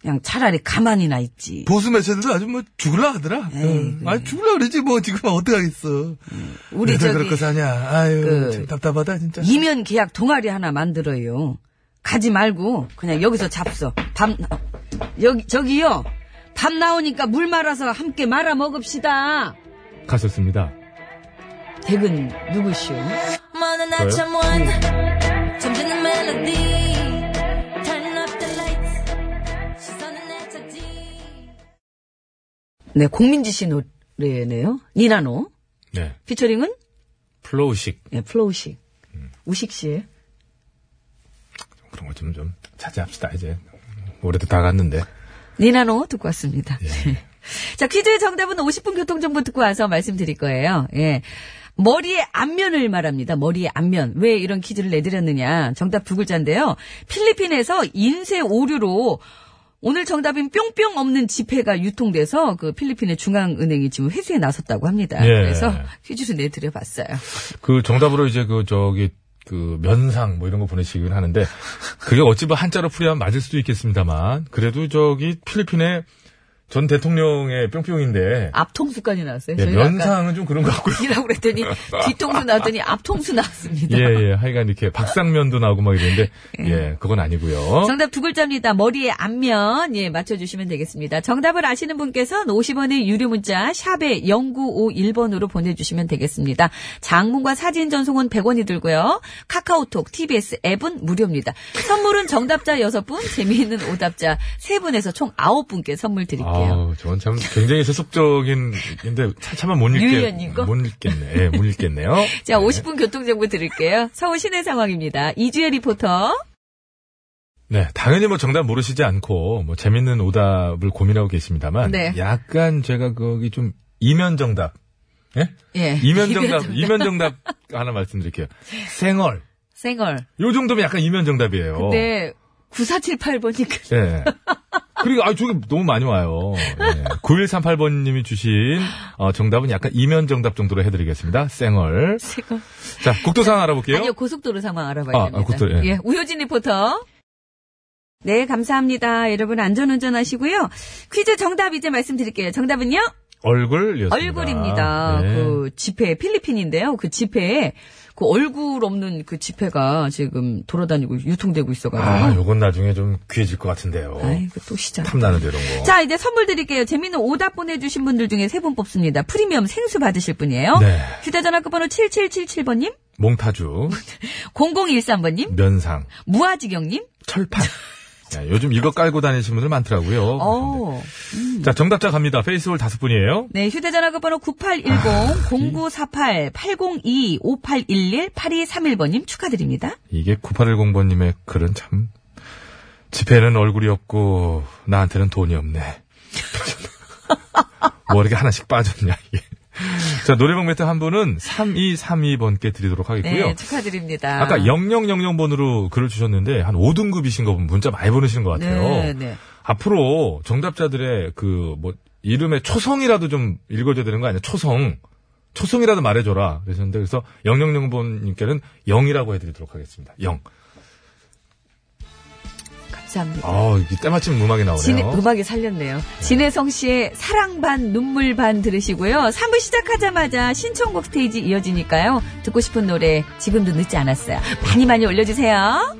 S1: 그냥 차라리 가만히나 있지.
S8: 보수 매체들도 아주 뭐 죽을라 하더라.
S1: 에이,
S8: 응. 아니 죽을라 그러지 뭐 지금 어떡하겠어.
S1: 네. 우리
S8: 들
S1: 저기
S8: 네, 그럴 거 아냐. 아유
S1: 그-
S8: 참 답답하다 진짜.
S1: 이면 계약 동아리 하나 만들어요. 가지 말고 그냥 여기서 잡숴. 밥 나- 여기 저기요. 밥 나오니까 물 말아서 함께 말아 먹읍시다.
S3: 가셨습니다.
S1: 댁은 누구시오?
S4: Morning night, I'm one. 잠드는 melody. Turn up the lights. 시선은 애타지.
S1: 네, 공민지 씨 노래네요. 니나노.
S3: 네.
S1: 피처링은
S3: 플로우식
S1: 예, 플로우식. 우식 씨의
S3: 그런 거 좀 좀 차지합시다 이제. 올해도 다 갔는데.
S1: 니나노 듣고 왔습니다.
S3: 예.
S1: 자, 퀴즈의 정답은 50분 교통정보 듣고 와서 말씀드릴 거예요. 예. 머리의 앞면을 말합니다. 머리의 앞면. 왜 이런 퀴즈를 내드렸느냐. 정답 두 글자인데요. 필리핀에서 인쇄 오류로 오늘 정답인 뿅뿅 없는 지폐가 유통돼서 그 필리핀의 중앙은행이 지금 회수에 나섰다고 합니다.
S3: 예.
S1: 그래서 퀴즈를 내드려봤어요.
S3: 그 정답으로 이제 그 저기 그 면상 뭐 이런 거 보내시긴 하는데 그게 어찌 봐 한자로 풀이하면 맞을 수도 있겠습니다만 그래도 저기 필리핀의 전 대통령의 뿅뿅인데
S1: 앞통수까지 나왔어요.
S3: 네,
S1: 저희가 아까
S3: 면상은 좀 그런 것 같고요.
S1: 이라고 그랬더니 뒤통수 나왔더니 앞통수 나왔습니다.
S3: 예, 예. 하여간 이렇게 박상면도 나오고 막 이러는데, 예, 그건 아니고요.
S1: 정답 두 글자입니다. 머리의 앞면 예 맞춰주시면 되겠습니다. 정답을 아시는 분께서는 50원의 유료 문자 샵에 0951번으로 보내주시면 되겠습니다. 장문과 사진 전송은 100원이 들고요. 카카오톡, TBS 앱은 무료입니다. 선물은 정답자 6분, 재미있는 오답자 3분에서 총 9분께 선물 드릴게요.
S3: 아, 저건 참 굉장히 세속적인, 근데 차- 차마 못
S1: 유연인 거?
S3: 읽겠, 못 읽겠네. 예, 못 읽겠네요.
S1: 자, 50분 교통정보 드릴게요. 서울 시내 상황입니다. 이주혜 리포터.
S3: 네, 당연히 뭐 정답 모르시지 않고, 뭐 재밌는 오답을 고민하고 계십니다만,
S1: 네.
S3: 약간 제가 거기 좀 이면 정답, 예?
S1: 예.
S3: 이면정답, 이면정답 하나 말씀드릴게요. 생얼.
S1: 생얼.
S3: 요 정도면 약간 이면정답이에요.
S1: 근데 9478번이니까
S3: 예. 그리고, 아, 저게 너무 많이 와요. 예. 9138번님이 주신, 어, 정답은 약간 이면정답 정도로 해드리겠습니다. 생얼.
S1: 생얼.
S3: 자, 국도상 알아볼게요.
S1: 아니요, 고속도로 상황 알아봐야
S3: 아,
S1: 됩니다.
S3: 아, 고속도로, 예.
S1: 우효진 리포터. 네, 감사합니다. 여러분 안전운전 하시고요. 퀴즈 정답 이제 말씀드릴게요. 정답은요?
S3: 얼굴이었습니다.
S1: 얼굴입니다.
S3: 네.
S1: 그 집회, 필리핀인데요. 그 집회에 그 얼굴 없는 그 집회가 지금 돌아다니고 유통되고
S3: 아,
S1: 있어가지고.
S3: 요건 나중에 좀 귀해질 것 같은데요.
S1: 아이고, 또 시작.
S3: 탐나는데, 뭐. 이런 거.
S1: 자, 이제 선물 드릴게요. 재밌는 오답 보내주신 분들 중에 세 분 뽑습니다. 프리미엄 생수 받으실 분이에요.
S3: 네.
S1: 휴대전화 끝번호 7777번님,
S3: 몽타주,
S1: 0013번님,
S3: 면상,
S1: 무아지경님.
S3: 철판. 야, 요즘 이거 깔고 다니시는 분들 많더라고요.
S1: 어.
S3: 자, 정답자 갑니다. 페이스홀 다섯 분이에요.
S1: 네, 휴대전화 끝번호 9810, 0948, 802, 5811, 8231번님 축하드립니다.
S3: 이게 9810번님의 글은 참, 집에는 얼굴이 없고, 나한테는 돈이 없네. 뭐 이렇게 하나씩 빠졌냐, 이게. 자, 노래방 매트 한 분은 3232번께 드리도록 하겠고요.
S1: 네, 축하드립니다.
S3: 아까 0000번으로 글을 주셨는데, 한 5등급이신 거 보면 문자 많이 보내시는 것 같아요.
S1: 네, 네.
S3: 앞으로 정답자들의 그 뭐 이름의 초성이라도 좀 읽어줘야 되는 거 아니야? 초성. 초성이라도 말해줘라. 그러셨는데 그래서 000번님께는 0이라고 해드리도록 하겠습니다. 0.
S1: 감사합니다.
S3: 아, 이게 때마침 음악이 나오네요.
S1: 진해, 음악이 살렸네요. 진해성 씨의 사랑 반 눈물 반 들으시고요. 3부 시작하자마자 신청곡 스테이지 이어지니까요. 듣고 싶은 노래 지금도 늦지 않았어요. 많이 많이 올려주세요.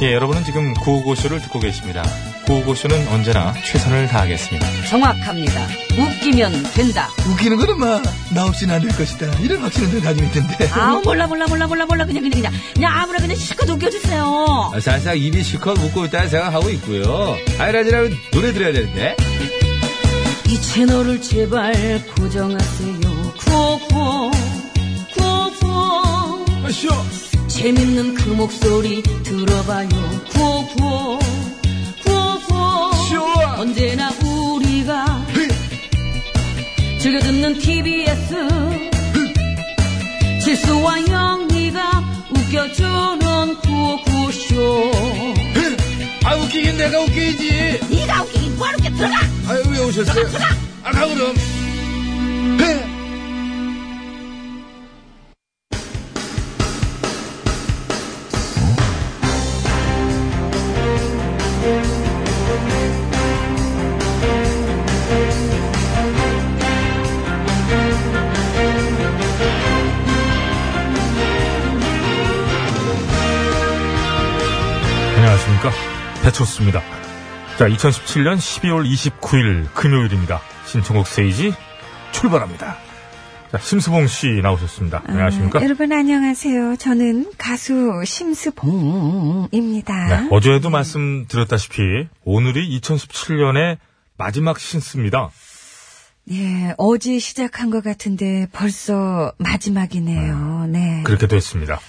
S3: 예, 여러분은 지금 구호고쇼를 듣고 계십니다. 구호고쇼는 언제나 최선을 다하겠습니다.
S1: 정확합니다. 웃기면 된다.
S8: 웃기는 건 엄마 나 없이는 안 될 것이다 이런 확신은 가지고 있던데
S1: 아우 몰라 몰라 몰라 몰라 몰라 그냥 그냥 그냥 그냥 아무나 그냥 실컷 웃겨주세요.
S6: 아, 사실상 입이 실컷 웃고 있다는 생각하고 있고요. 아이라지라면 노래 들어야 되는데.
S1: 이 채널을 제발 고정하세요. 구호구호, 구호구호. 재밌는 그 목소리 들어봐요. 구호구호, 구호구호. 언제나 우리가 즐겨 듣는 TBS. 실수와 영리가 웃겨주는 구호구쇼.
S6: 아, 웃기긴 내가 웃기지.
S1: 네가 웃기긴 뭐하러 웃겨 들어가!
S6: 아유, 왜 오셨어요? 아까 그럼.
S3: 안녕하십니까. 배철수입니다. 자, 2017년 12월 29일 금요일입니다. 신청곡 세이지 출발합니다. 자, 심수봉 씨 나오셨습니다. 안녕하십니까.
S1: 네, 여러분 안녕하세요. 저는 가수 심스봉입니다.
S3: 네, 어제도 말씀드렸다시피 오늘이 2017년의 마지막 신스입니다.
S1: 예, 어제 시작한 것 같은데 벌써 마지막이네요. 네.
S3: 그렇게 됐습니다.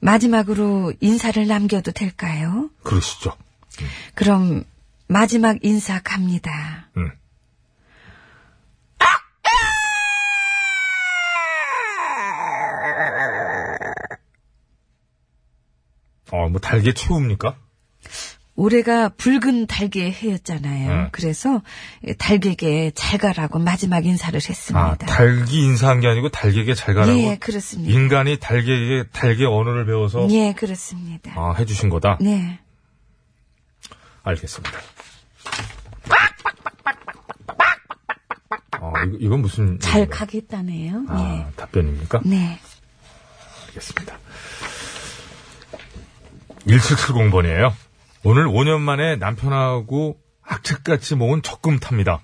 S1: 마지막으로 인사를 남겨도 될까요?
S3: 그러시죠.
S1: 그럼 마지막 인사 갑니다.
S3: 음. 어, 뭐 달게 최후입니까?
S1: 올해가 붉은 달개 해였잖아요.
S3: 음.
S1: 그래서 달개에게 잘 가라고 마지막 인사를 했습니다.
S3: 아, 달기 인사한 게 아니고 달게게 잘 가라고.
S1: 예, 그렇습니다.
S3: 인간이 달게게 달게 언어를 배워서
S1: 예, 그렇습니다.
S3: 아, 해주신 거다.
S1: 네.
S3: 알겠습니다. 아, 이거- 이건 무슨
S1: 잘 가겠다네요.
S3: 네. 아, 답변입니까?
S1: 예. 네.
S3: 알겠습니다. 1770번이에요. 오늘 5년 만에 남편하고 악착같이 모은 적금 탑니다.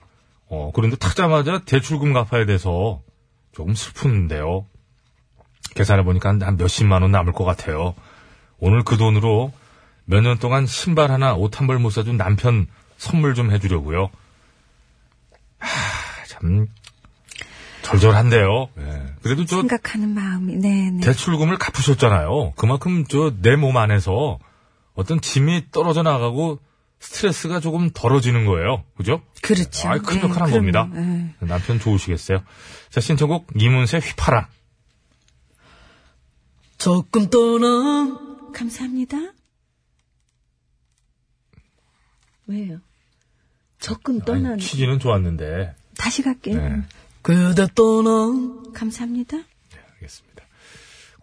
S3: 어, 그런데 타자마자 대출금 갚아야 돼서 조금 슬픈데요. 계산해보니까 한, 한 몇십만 원 남을 것 같아요. 오늘 그 돈으로 몇 년 동안 신발 하나 옷 한 벌 못 사준 남편 선물 좀 해주려고요. 하, 참, 절절한데요. 예. 그래도 저
S1: 생각하는 마음이 네네.
S3: 대출금을 갚으셨잖아요. 그만큼 저 내 몸 안에서 어떤 짐이 떨어져 나가고 스트레스가 조금 덜어지는 거예요. 그죠?
S1: 그렇죠.
S3: 아, 큰
S1: 네,
S3: 역할 한
S1: 그럼요.
S3: 겁니다.
S1: 네.
S3: 남편 좋으시겠어요. 자, 신청곡 이문세 휘파람.
S1: 조금 떠나. 감사합니다. 왜요? 적금 떠나.
S3: 취지는 좋았는데.
S1: 다시 갈게요.
S3: 네.
S1: 그대 떠나. 감사합니다.
S3: 알겠습니다.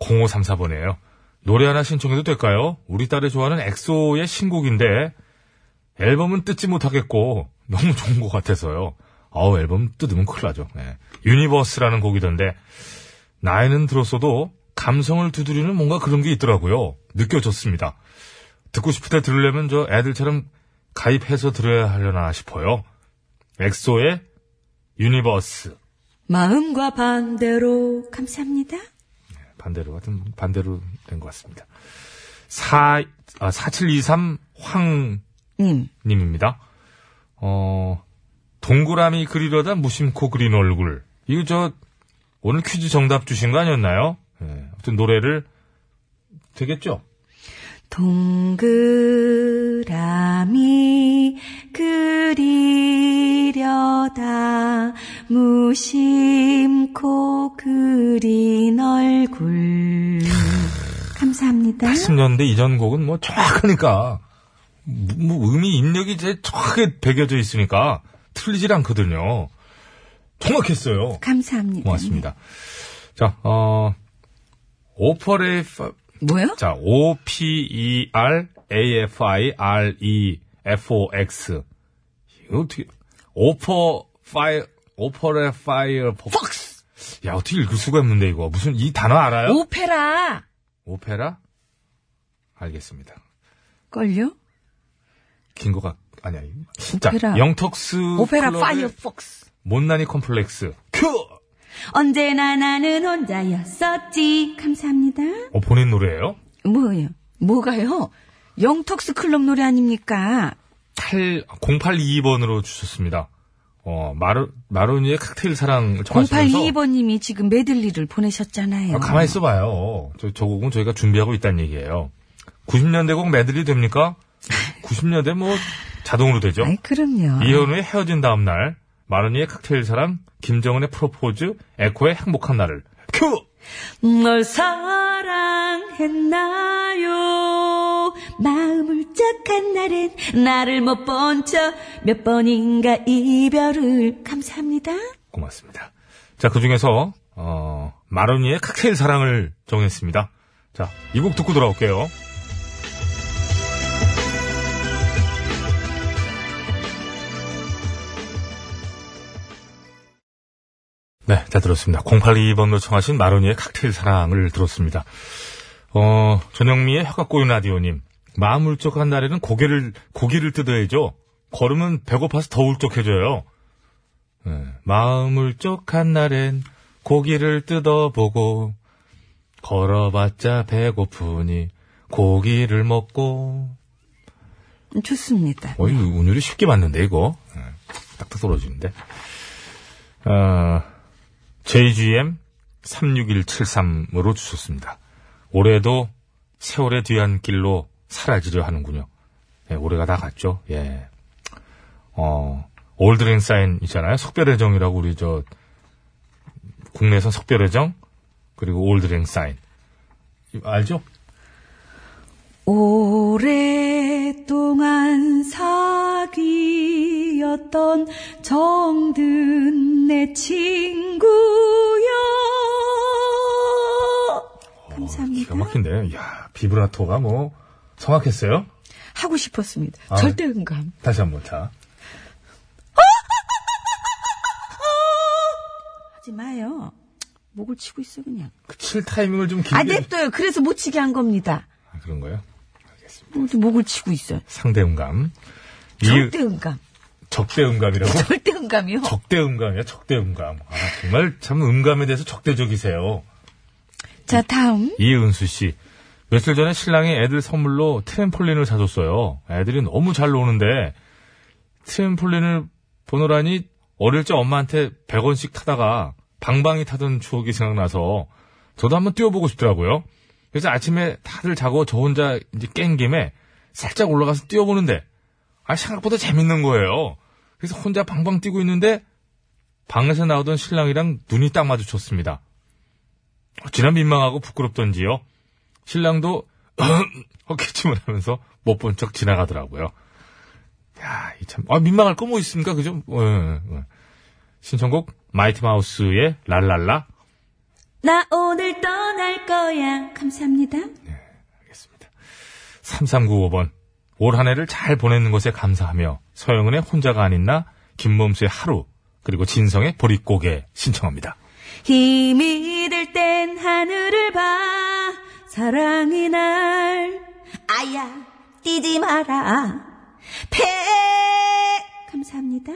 S3: 0534번이에요. 노래 하나 신청해도 될까요? 우리 딸이 좋아하는 엑소의 신곡인데 앨범은 뜯지 못하겠고 너무 좋은 것 같아서요. 아우 앨범 뜯으면 큰일 나죠. 예. 유니버스라는 곡이던데 나이는 들었어도 감성을 두드리는 뭔가 그런 게 있더라고요. 느껴졌습니다. 듣고 싶을 때 들으려면 저 애들처럼 가입해서 들어야 하려나 싶어요. 엑소의 유니버스.
S1: 마음과 반대로 감사합니다.
S3: 반대로, 하여튼 반대로 된 것 같습니다. 4, 아, 4723 황님입니다.
S1: 님.
S3: 어, 동그라미 그리려다 무심코 그린 얼굴. 이거 저, 오늘 퀴즈 정답 주신 거 아니었나요? 예, 아무튼 노래를 되겠죠?
S1: 동그라미 그리려다 무심코 그린 얼굴. 감사합니다.
S3: 80년대 이전 곡은 뭐 정확하니까, 뭐, 뭐 음이 입력이 이제 정확하게 배겨져 있으니까 틀리질 않거든요. 정확했어요.
S1: 감사합니다.
S3: 고맙습니다. 자, 어, 오퍼레,
S1: 뭐요?
S3: 자, O-P-E-R-A-F-I-R-E-F-O-X. 이거 어떻게, 오퍼, 파이, 오퍼레, 파이어, 폭스! 야, 어떻게 읽을 수가 있는데, 이거. 무슨, 이 단어 알아요?
S1: 오페라!
S3: 오페라? 알겠습니다.
S1: 걸요?
S3: 긴 거 같, 아니, 아니. 자,
S1: 오페라.
S3: 영턱스.
S1: 오페라
S3: 클럽의
S1: 파이어폭스.
S3: 못난이 컴플렉스. 큐!
S1: 언제나 나는 혼자였었지. 감사합니다.
S3: 어, 보낸 노래예요
S1: 뭐예요? 뭐가요? 영턱스 클럽 노래 아닙니까?
S3: 8, 082번으로 주셨습니다. 어, 마로, 마로니의 칵테일 사랑을 청하시면서
S1: 0822번님이 지금 메들리를 보내셨잖아요.
S3: 아, 가만히 있어봐요. 저, 저 곡은 저희가 준비하고 있다는 얘기예요. 90년대 곡 메들리 됩니까? 90년대 뭐 자동으로 되죠.
S1: 아이, 그럼요.
S3: 이현우의 헤어진 다음 날, 마로니의 칵테일 사랑, 김정은의 프로포즈, 에코의 행복한 날을. 큐!
S1: 널 사랑했나요? 마음을 쩍한 날엔 나를 못 본 척 몇 번인가 이별을 감사합니다.
S3: 고맙습니다. 자, 그 중에서, 어, 마로니의 칵테일 사랑을 정했습니다. 자, 이 곡 듣고 돌아올게요. 네, 잘 들었습니다. 082번으로 청하신 마로니의 칵테일 사랑을 들었습니다. 어, 전영미의 혀가 꼬인 라디오님. 마음 울적한 날에는 고개를, 고기를 뜯어야죠. 걸으면 배고파서 더 울적해져요. 예, 마음을 쪽한 날엔 고기를 뜯어보고 걸어봤자 배고프니 고기를 먹고
S1: 좋습니다.
S3: 어이 운율이 쉽게 맞는데 이거 예, 딱딱 떨어지는데 아, JGM 36173으로 주셨습니다 올해도 세월의 뒤안길로 사라지려 하는군요 예, 올해가 다 갔죠 예. 어, 올드랭사인 있잖아요. 석별회정이라고 우리 저, 국내에선 석별회정, 그리고 올드랭사인. 이거 알죠?
S1: 오랫동안 사귀었던 정든 내 친구여. 감사합니다.
S3: 기가 막힌데. 야 비브라토가 뭐, 정확했어요?
S1: 하고 싶었습니다.
S3: 아,
S1: 절대 음감.
S3: 다시 한 번, 자.
S1: 하지 마요. 목을 치고 있어 그냥.
S3: 그칠 타이밍을 좀 길게.
S1: 아 냅둬요. 그래서 못 치게 한 겁니다.
S3: 아, 그런 거예요?
S1: 뭐, 목을 치고 있어요.
S3: 상대음감. 이,
S1: 절대 음감.
S3: 적대음감이라고?
S1: 절대 음감이요.
S3: 어? 적대음감이야, 적대음감. 아, 정말 참 음감에 대해서 적대적이세요.
S1: 자 다음.
S3: 이은수 씨. 며칠 전에 신랑이 애들 선물로 트램폴린을 사줬어요. 애들이 너무 잘 노는데 트램폴린을 보느라니 어릴 적 엄마한테 100원씩 타다가 방방이 타던 추억이 생각나서 저도 한번 뛰어보고 싶더라고요. 그래서 아침에 다들 자고 저 혼자 이제 깬 김에 살짝 올라가서 뛰어보는데 아 생각보다 재밌는 거예요. 그래서 혼자 방방 뛰고 있는데 방에서 나오던 신랑이랑 눈이 딱 마주쳤습니다. 어찌나 민망하고 부끄럽던지요. 신랑도 헛기침을 하면서 못 본 척 지나가더라고요. 야, 이 참, 아, 민망할 거 뭐 있습니까? 그죠? 어, 어, 어. 신청곡, 마이티 마우스의 랄랄라.
S4: 나 오늘 떠날 거야. 감사합니다.
S3: 알겠습니다. 3395번. 올 한 해를 잘 보내는 것에 감사하며, 서영은의 혼자가 아닌 나, 김범수의 하루, 그리고 진성의 보릿고개 신청합니다.
S4: 힘이 들 땐 하늘을 봐. 사랑이 날. 아야, 뛰지 마라. 패! 감사합니다.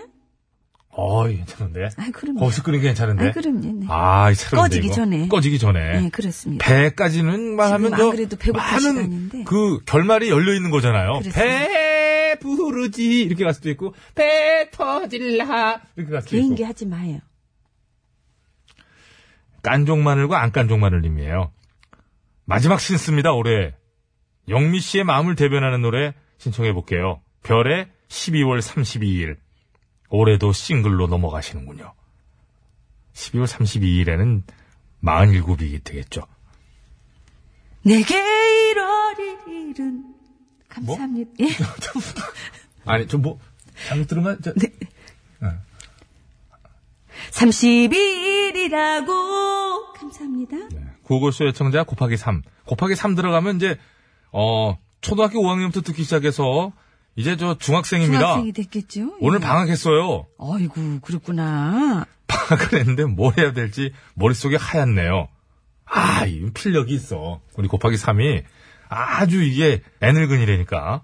S3: 어이, 괜찮은데?
S1: 아, 그럼요.
S3: 거기서 끄는 게 괜찮은데?
S1: 아, 그럼요. 네.
S3: 아, 이 차로
S1: 꺼지기 전에.
S3: 꺼지기 전에.
S1: 네, 그렇습니다.
S3: 배까지는 말하면
S1: 지금
S3: 저
S1: 안 그래도 배고플 시간인데.
S3: 많은 그 결말이 열려 있는 거잖아요.
S1: 그렇습니다.
S3: 배 부르지 이렇게 갈 수도 있고 배 터질라 이렇게 갈 수도
S1: 개인기
S3: 있고
S1: 하지 마요.
S3: 깐종 마늘과 안 깐종 마늘님이에요. 마지막 신스입니다 올해 영미 씨의 마음을 대변하는 노래 신청해 볼게요. 별의 12월 32일 올해도 싱글로 넘어가시는군요. 12월 32일에는 47이 되겠죠.
S1: 내게 1월 1일은
S3: 뭐?
S1: 감사합니다. 예.
S3: 아니 좀 뭐 잘못 들은 거 저-
S1: 31이라고 감사합니다.
S3: 네. 구호고쇼 애청자 곱하기 3. 곱하기 3 들어가면 이제, 어, 초등학교 5학년부터 듣기 시작해서, 이제 저 중학생입니다.
S1: 중학생이 됐겠죠?
S3: 오늘
S1: 예.
S3: 방학했어요.
S1: 아이고, 그렇구나.
S3: 방학을 했는데 뭘 해야 될지 머릿속이 하얗네요. 아, 이 필력이 있어. 우리 곱하기 3이 아주 이게 애늙은이라니까.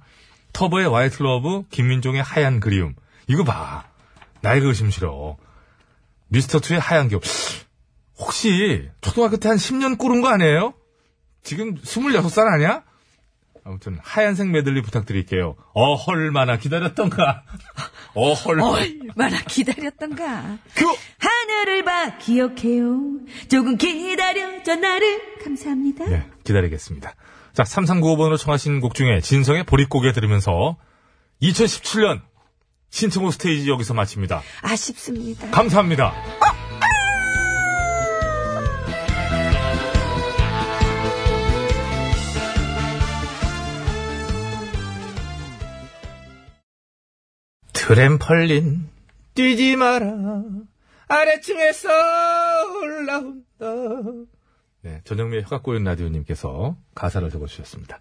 S3: 터보의 와이트 러브, 김민종의 하얀 그리움. 이거 봐. 나이가 의심스러워. 미스터2의 하얀 기업. 혹시 초등학교 때 한 10년 꾸른 거 아니에요? 지금 26살 아니야? 아무튼 하얀색 메들리 부탁드릴게요. 어헐마나 기다렸던가. 어헐.
S1: 얼마나 기다렸던가.
S3: 그
S1: 하늘을 봐, 기억해요. 조금 기다려줘, 나를. 감사합니다.
S3: 네, 기다리겠습니다. 자, 3395번으로 청하신 곡 중에 진성의 보릿고개 들으면서 2017년 신청호 스테이지 여기서 마칩니다.
S1: 아쉽습니다.
S3: 감사합니다.
S6: 트램펄린 뛰지 마라 아래층에서 올라온다
S3: 네, 전영미의 혀가 꼬인 라디오님께서 가사를 적어주셨습니다.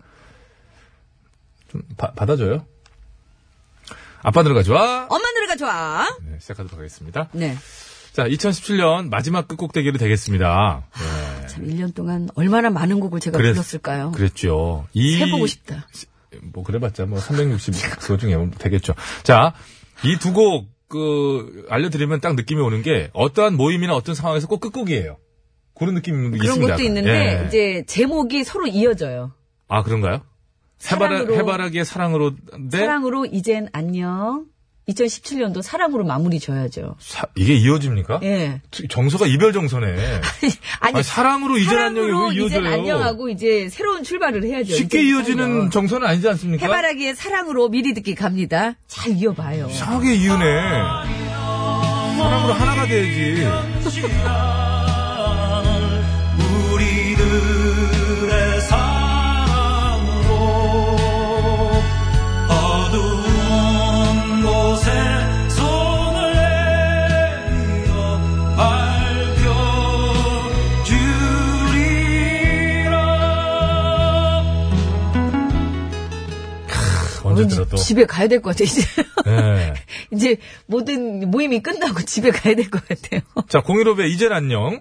S3: 좀 바- 받아줘요. 아빠 노래가 좋아.
S1: 엄마 노래가 좋아.
S3: 네, 시작하도록 하겠습니다.
S1: 네.
S3: 자, 2017년 마지막 끝곡 대결이 되겠습니다.
S1: 아, 참, 1년 동안 얼마나 많은 곡을 제가
S3: 그랬-
S1: 불렀을까요?
S3: 그랬죠. 이
S1: 해보고 싶다.
S3: 뭐 그래봤자 뭐 360 그거 중에 되겠죠. 자, 이 두 곡 그, 알려드리면 딱 느낌이 오는 게, 어떠한 모임이나 어떤 상황에서 꼭 끝곡이에요. 그런 느낌이
S1: 그런
S3: 있습니다.
S1: 것도 있는데,
S3: 예.
S1: 이제 제목이 서로 이어져요.
S3: 아, 그런가요? 해바라,
S1: 사랑으로-
S3: 해바라기의 사랑으로, 인데
S1: 사랑으로 이젠 안녕. 2017년도 사랑으로 마무리 줘야죠.
S3: 사- 이게 이어집니까?
S1: 예.
S3: 정서가 이별 정서네.
S1: 아니,
S3: 아니, 사랑으로 이젠
S1: 사랑으로
S3: 안녕이 왜
S1: 이젠
S3: 이어져요?
S1: 안녕하고 이제 새로운 출발을 해야죠.
S3: 쉽게
S1: 이제
S3: 이어지는
S1: 이상해요.
S3: 정서는 아니지 않습니까?
S1: 해바라기의 사랑으로 미리 듣기 갑니다. 잘 이어봐요.
S3: 이상하게 이유네. 사랑으로 하나가 돼야지.
S5: 우리들의 사랑으로 어두운 곳에 손을 내밀어
S3: 언제
S5: 밝혀주리라
S3: 들어도.
S1: 집에 가야 될 것 같아요, 이제.
S3: 예.
S1: 이제 모든 모임이 끝나고 집에 가야 될 것 같아요.
S3: 자, 015의 이젠 안녕.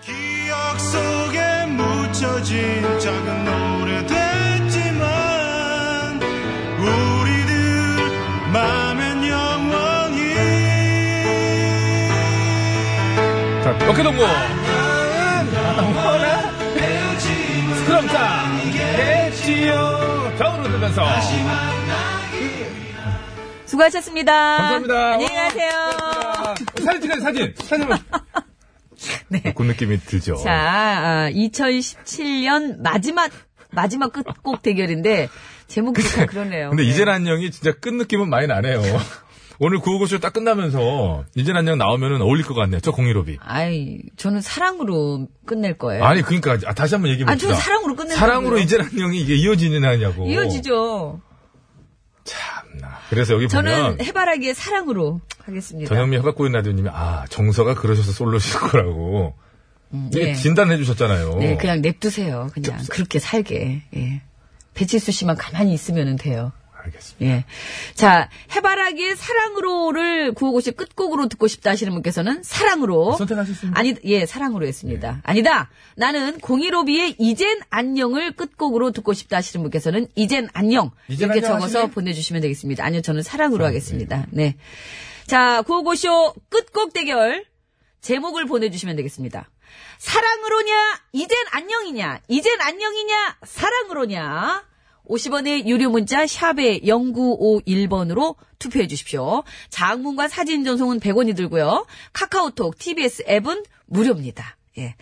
S5: 기억 속에 묻혀진 작은 오래됐지만 우리들 맘엔 영원히
S3: 자, 어깨동무. 스크럼자. 내지요. 겨울을 들면서.
S1: 수고하셨습니다.
S3: 감사합니다.
S1: 안녕히 가세요.
S3: 사진 찍어요, 사진. 사진.
S1: 네.
S3: 그 느낌이 들죠.
S1: 자, 아, 2017년 마지막 마지막 끝곡 대결인데 제목이 참 그러네요.
S3: 근데
S1: 네.
S3: 이재란 형이 진짜 끝 느낌은 많이 나네요. 오늘 구호고쇼 딱 끝나면서 이재란 형 나오면은 어울릴 것 같네요. 저 공일오비.
S1: 아이, 저는 사랑으로 끝낼 거예요.
S3: 아니 그러니까 아, 다시 한번 얘기해
S1: 아, 저는
S3: 봅시다.
S1: 사랑으로 끝낼
S3: 사랑으로
S1: 거고요.
S3: 이재란 형이 이게 이어지느냐 하냐고.
S1: 이어지죠.
S3: 참나. 그래서 여기 보면
S1: 저는 해바라기의 사랑으로 하겠습니다.
S3: 전현미 협박고인 라디오님이 아 정서가 그러셔서 솔로실 거라고
S1: 음,
S3: 이게
S1: 예.
S3: 진단해 주셨잖아요.
S1: 네, 그냥 냅두세요. 그냥 그렇게 살게. 예. 배치수 씨만 가만히 있으면 돼요.
S3: 알겠습니다.
S1: 예. 자, 해바라기의 사랑으로를 구호고시 끝곡으로 듣고 싶다 하시는 분께서는 사랑으로.
S3: 선택하셨습니다.
S1: 아니, 예, 사랑으로 했습니다. 아니다! 나는 015B의 이젠 안녕을 끝곡으로 듣고 싶다 하시는 분께서는 이젠 안녕.
S3: 이젠
S1: 이렇게
S3: 안녕 예.
S1: 적어서
S3: 하시네?
S1: 보내주시면 되겠습니다. 아니요, 저는 사랑으로 하겠습니다. 네. 자, 구호고쇼 끝곡 대결. 제목을 보내주시면 되겠습니다. 사랑으로냐, 이젠 안녕이냐, 이젠 안녕이냐, 사랑으로냐. 50원의 유료 문자 샵에 0951번으로 투표해 주십시오. 장문과 사진 전송은 100원이 들고요. 카카오톡, TBS 앱은 무료입니다. 예.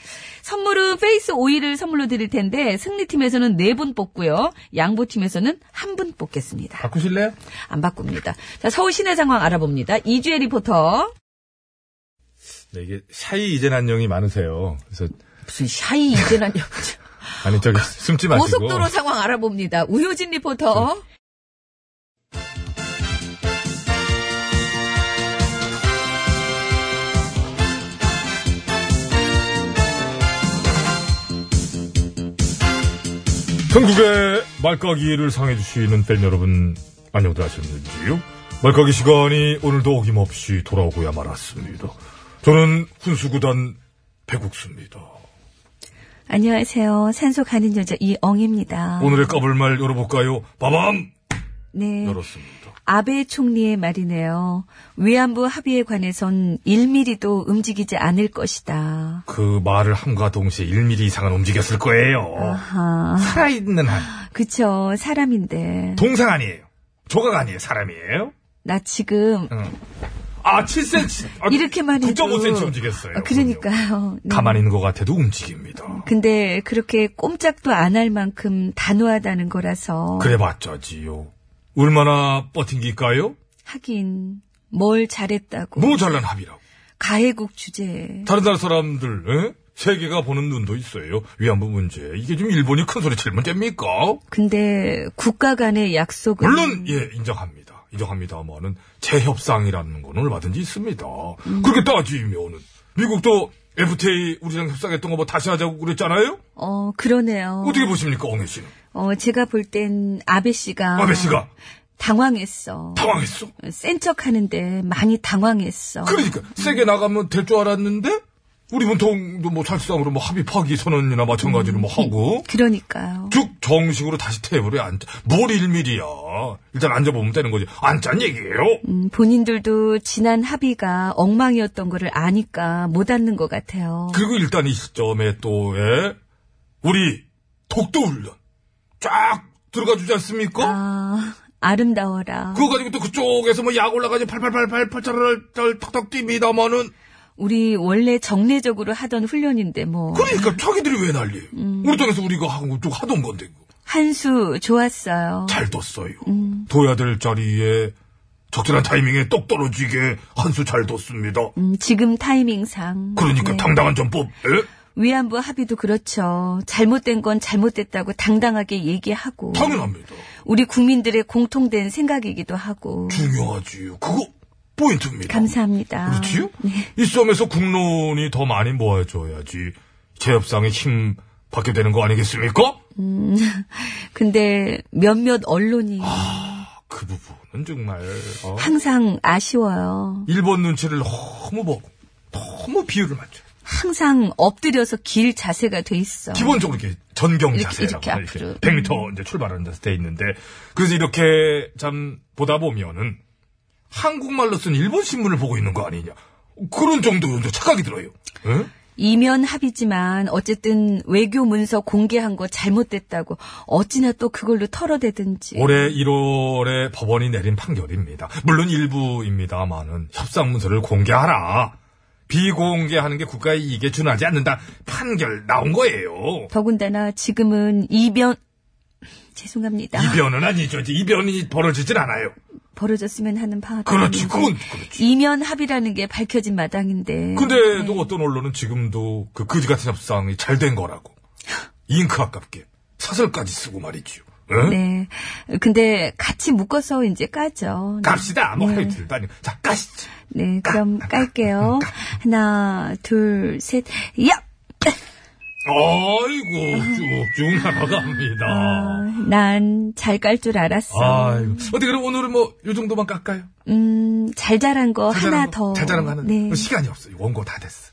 S1: 선물은 페이스 오일을 선물로 드릴 텐데 승리팀에서는 4분 뽑고요. 양보팀에서는 1분 뽑겠습니다.
S3: 바꾸실래요?
S1: 안 바꿉니다. 자, 서울 시내 상황 알아봅니다. 이주혜 리포터.
S3: 네, 이게 샤이 이재란 형이 많으세요. 그래서
S1: 무슨 샤이 이젠 안녕.
S3: 아니 저기 숨지 마시고 음.
S1: 고속도로 상황 알아봅니다. 우효진 리포터.
S3: 전국의 말까기를 상해주시는 팬 여러분, 안녕들 하셨는지요? 말까기 시간이 오늘도 어김없이 돌아오고야 말았습니다. 저는 훈수구단 배국수입니다.
S4: 안녕하세요. 산소 가는 여자 이엉입니다.
S3: 오늘의 까불말 열어볼까요? 빠밤!
S4: 네.
S3: 열었습니다.
S4: 아베 총리의 말이네요. 위안부 합의에 관해선 1mm도 움직이지 않을 것이다.
S3: 그 말을 함과 동시에 1mm 이상은 움직였을 거예요.
S4: 아하.
S3: 살아있는 한.
S4: 그쵸. 사람인데.
S3: 동상 아니에요. 조각 아니에요. 사람이에요.
S4: 나 지금
S3: 어, 아, 7cm. 아,
S4: 이렇게 말해도
S3: 9.5cm 움직였어요.
S4: 아, 그러니까요. 네.
S3: 가만히 있는 것 같아도 움직입니다.
S4: 근데 그렇게 꼼짝도 안 할 만큼 단호하다는 거라서
S3: 그래봤자지요. 얼마나 버틴길까요?
S4: 하긴 뭘 잘했다고
S3: 뭐 잘난 합의라고.
S4: 가해국 주제에
S3: 다른 나라 사람들, 에? 세계가 보는 눈도 있어요. 위안부 문제. 이게 지금 일본이 큰 소리 칠 문제입니까?
S4: 근데 국가 간의 약속은
S3: 물론, 예, 인정합니다. 인정합니다만은 재협상이라는 건 얼마든지 있습니다. 그렇게 따지면은 미국도 FTA 우리랑 협상했던 거 뭐 다시 하자고 그랬잖아요?
S4: 어 그러네요.
S3: 어떻게 보십니까, 엉혜 씨는?
S4: 어 제가 볼 땐 아베 씨가
S3: 아베 씨가
S4: 당황했어.
S3: 당황했어.
S4: 센 척하는데 많이 당황했어.
S3: 그러니까 세게 나가면 될 줄 알았는데 우리 보통도 뭐 사실상으로 뭐 합의 파기 선언이나 마찬가지로 뭐 하고
S4: 그러니까요.
S3: 쭉 정식으로 다시 테이블에 앉아 뭘 일밀이야 일단 앉아보면 되는 거지 앉자는 얘기예요
S4: 음, 본인들도 지난 합의가 엉망이었던 거를 아니까 못 앉는 것 같아요.
S3: 그리고 일단 이 시점에 또 예? 우리 독도 훈련 쫙 들어가 주지 않습니까?
S4: 아, 아름다워라.
S3: 그거 가지고 또 그쪽에서 뭐 약 올라가지 팔팔팔팔 팔팔팔 턱턱 뜁니다마는
S4: 우리 원래 정례적으로 하던 훈련인데 뭐
S3: 그러니까 자기들이 왜 난리예요 우리 땅에서 우리가 하고 또 하던 건데 그거.
S4: 한수 좋았어요.
S3: 잘 뒀어요. 둬야 될 자리에 적절한 타이밍에 똑 떨어지게 한 수 잘 뒀습니다.
S4: 음, 지금 타이밍상
S3: 그러니까
S4: 네.
S1: 음.
S3: 당당한 전법. 예?
S4: 위안부 합의도 그렇죠. 잘못된 건 잘못됐다고 당당하게 얘기하고
S3: 당연합니다.
S4: 우리 국민들의 공통된 생각이기도 하고
S3: 중요하지요. 그거 포인트입니다.
S4: 감사합니다.
S3: 그렇지요? 이 싸움에서 국론이 더 많이 모아줘야지 재협상에 힘 받게 되는 거 아니겠습니까?
S4: 근데 몇몇 언론이
S3: 그 부분은 정말 어,
S4: 항상 아쉬워요.
S3: 일본 눈치를 너무 보고 너무 비율을 맞춰.
S4: 항상 엎드려서 길 자세가 돼 있어.
S3: 기본적으로 이렇게 전경
S4: 이렇게,
S3: 자세라고
S4: 이렇게
S3: 하나 이렇게,
S4: 앞으로.
S3: 100m 이제 출발하는 자세 돼 있는데 그래서 이렇게 참 보다 보면은 한국말로 쓴 일본 신문을 보고 있는 거 아니냐 그런 정도 이제 착각이 들어요. 응?
S4: 이면 합의지만 어쨌든 외교 문서 공개한 거 잘못됐다고 어찌나 또 그걸로 털어대든지.
S3: 올해 1월에 법원이 내린 판결입니다. 물론 일부입니다만은 협상 문서를 공개하라. 비공개하는 게 국가에 이게 준하지 않는다. 판결 나온 거예요.
S4: 더군다나 지금은 이변 죄송합니다.
S3: 이변은 아니죠. 이제 이변이 벌어지진 않아요.
S4: 벌어졌으면 하는 바람.
S3: 그렇지, 그건 그렇지.
S4: 이면 합의라는 게 밝혀진 마당인데.
S3: 근데도 어떤 언론은 지금도 그 거지 같은 협상이 잘 된 거라고 잉크 아깝게 사설까지 쓰고 말이죠. 응?
S4: 네. 근데 같이 묶어서 이제 까죠.
S3: 갑시다. 뭐
S4: 네.
S3: 하루 이틀도 아니고 자 가시죠.
S4: 네, 그럼 깔게요. 하나, 둘, 셋, 야!
S3: 아이고 쭉쭉 날아갑니다.
S4: 난 잘 깔 줄 알았어.
S3: 아이고 어떻게 그럼 오늘은 뭐 요 정도만 깎아요?
S4: 음, 잘 자란 거
S3: 자잘한
S4: 하나
S3: 거,
S4: 더.
S3: 자잘한 거 하나 더.
S4: 네.
S3: 시간이 없어. 요 원고 다 됐어.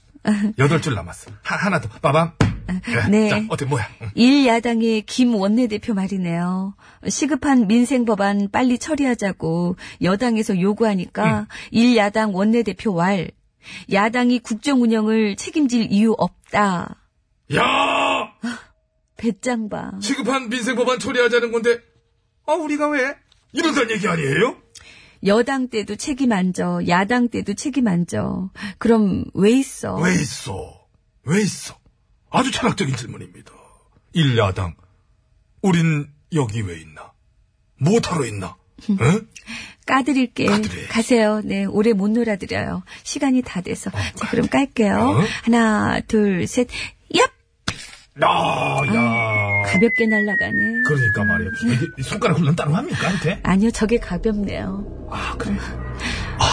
S3: 여덟 줄 남았어. 하, 하나 더. 빠밤. 예,
S4: 네.
S3: 자, 어때 뭐야? 응.
S4: 일야당의 김 원내대표 말이네요. 시급한 민생법안 빨리 처리하자고 여당에서
S3: 음.
S4: 요구하니까 일야당 원내대표 왈. 야당이 국정 운영을 책임질 이유 없다.
S3: 야
S4: 배짱 봐.
S3: 시급한 민생 법안 처리하자는 건데 아 우리가 왜 이런다는 얘기 아니에요?
S4: 여당 때도 책임 안 져. 야당 때도 책임 안 져. 그럼 왜 있어?
S3: 왜 있어? 왜 있어? 아주 철학적인 질문입니다. 일야당. 우린 여기 왜 있나? 못하러 있나? 응?
S4: 까드릴게.
S3: 까드려야지.
S4: 가세요. 네, 오래 못 놀아드려요. 시간이 다
S3: 어,
S4: 돼서. 자, 그럼 깔게요. 하나, 둘, 셋. 얍!
S3: 아, 야.
S4: 가볍게 날아가네.
S3: 그러니까 말이야. 이게 이 손가락 훈련 따로 합니까, 한테?
S4: 아니요, 저게 가볍네요. 아, 그래.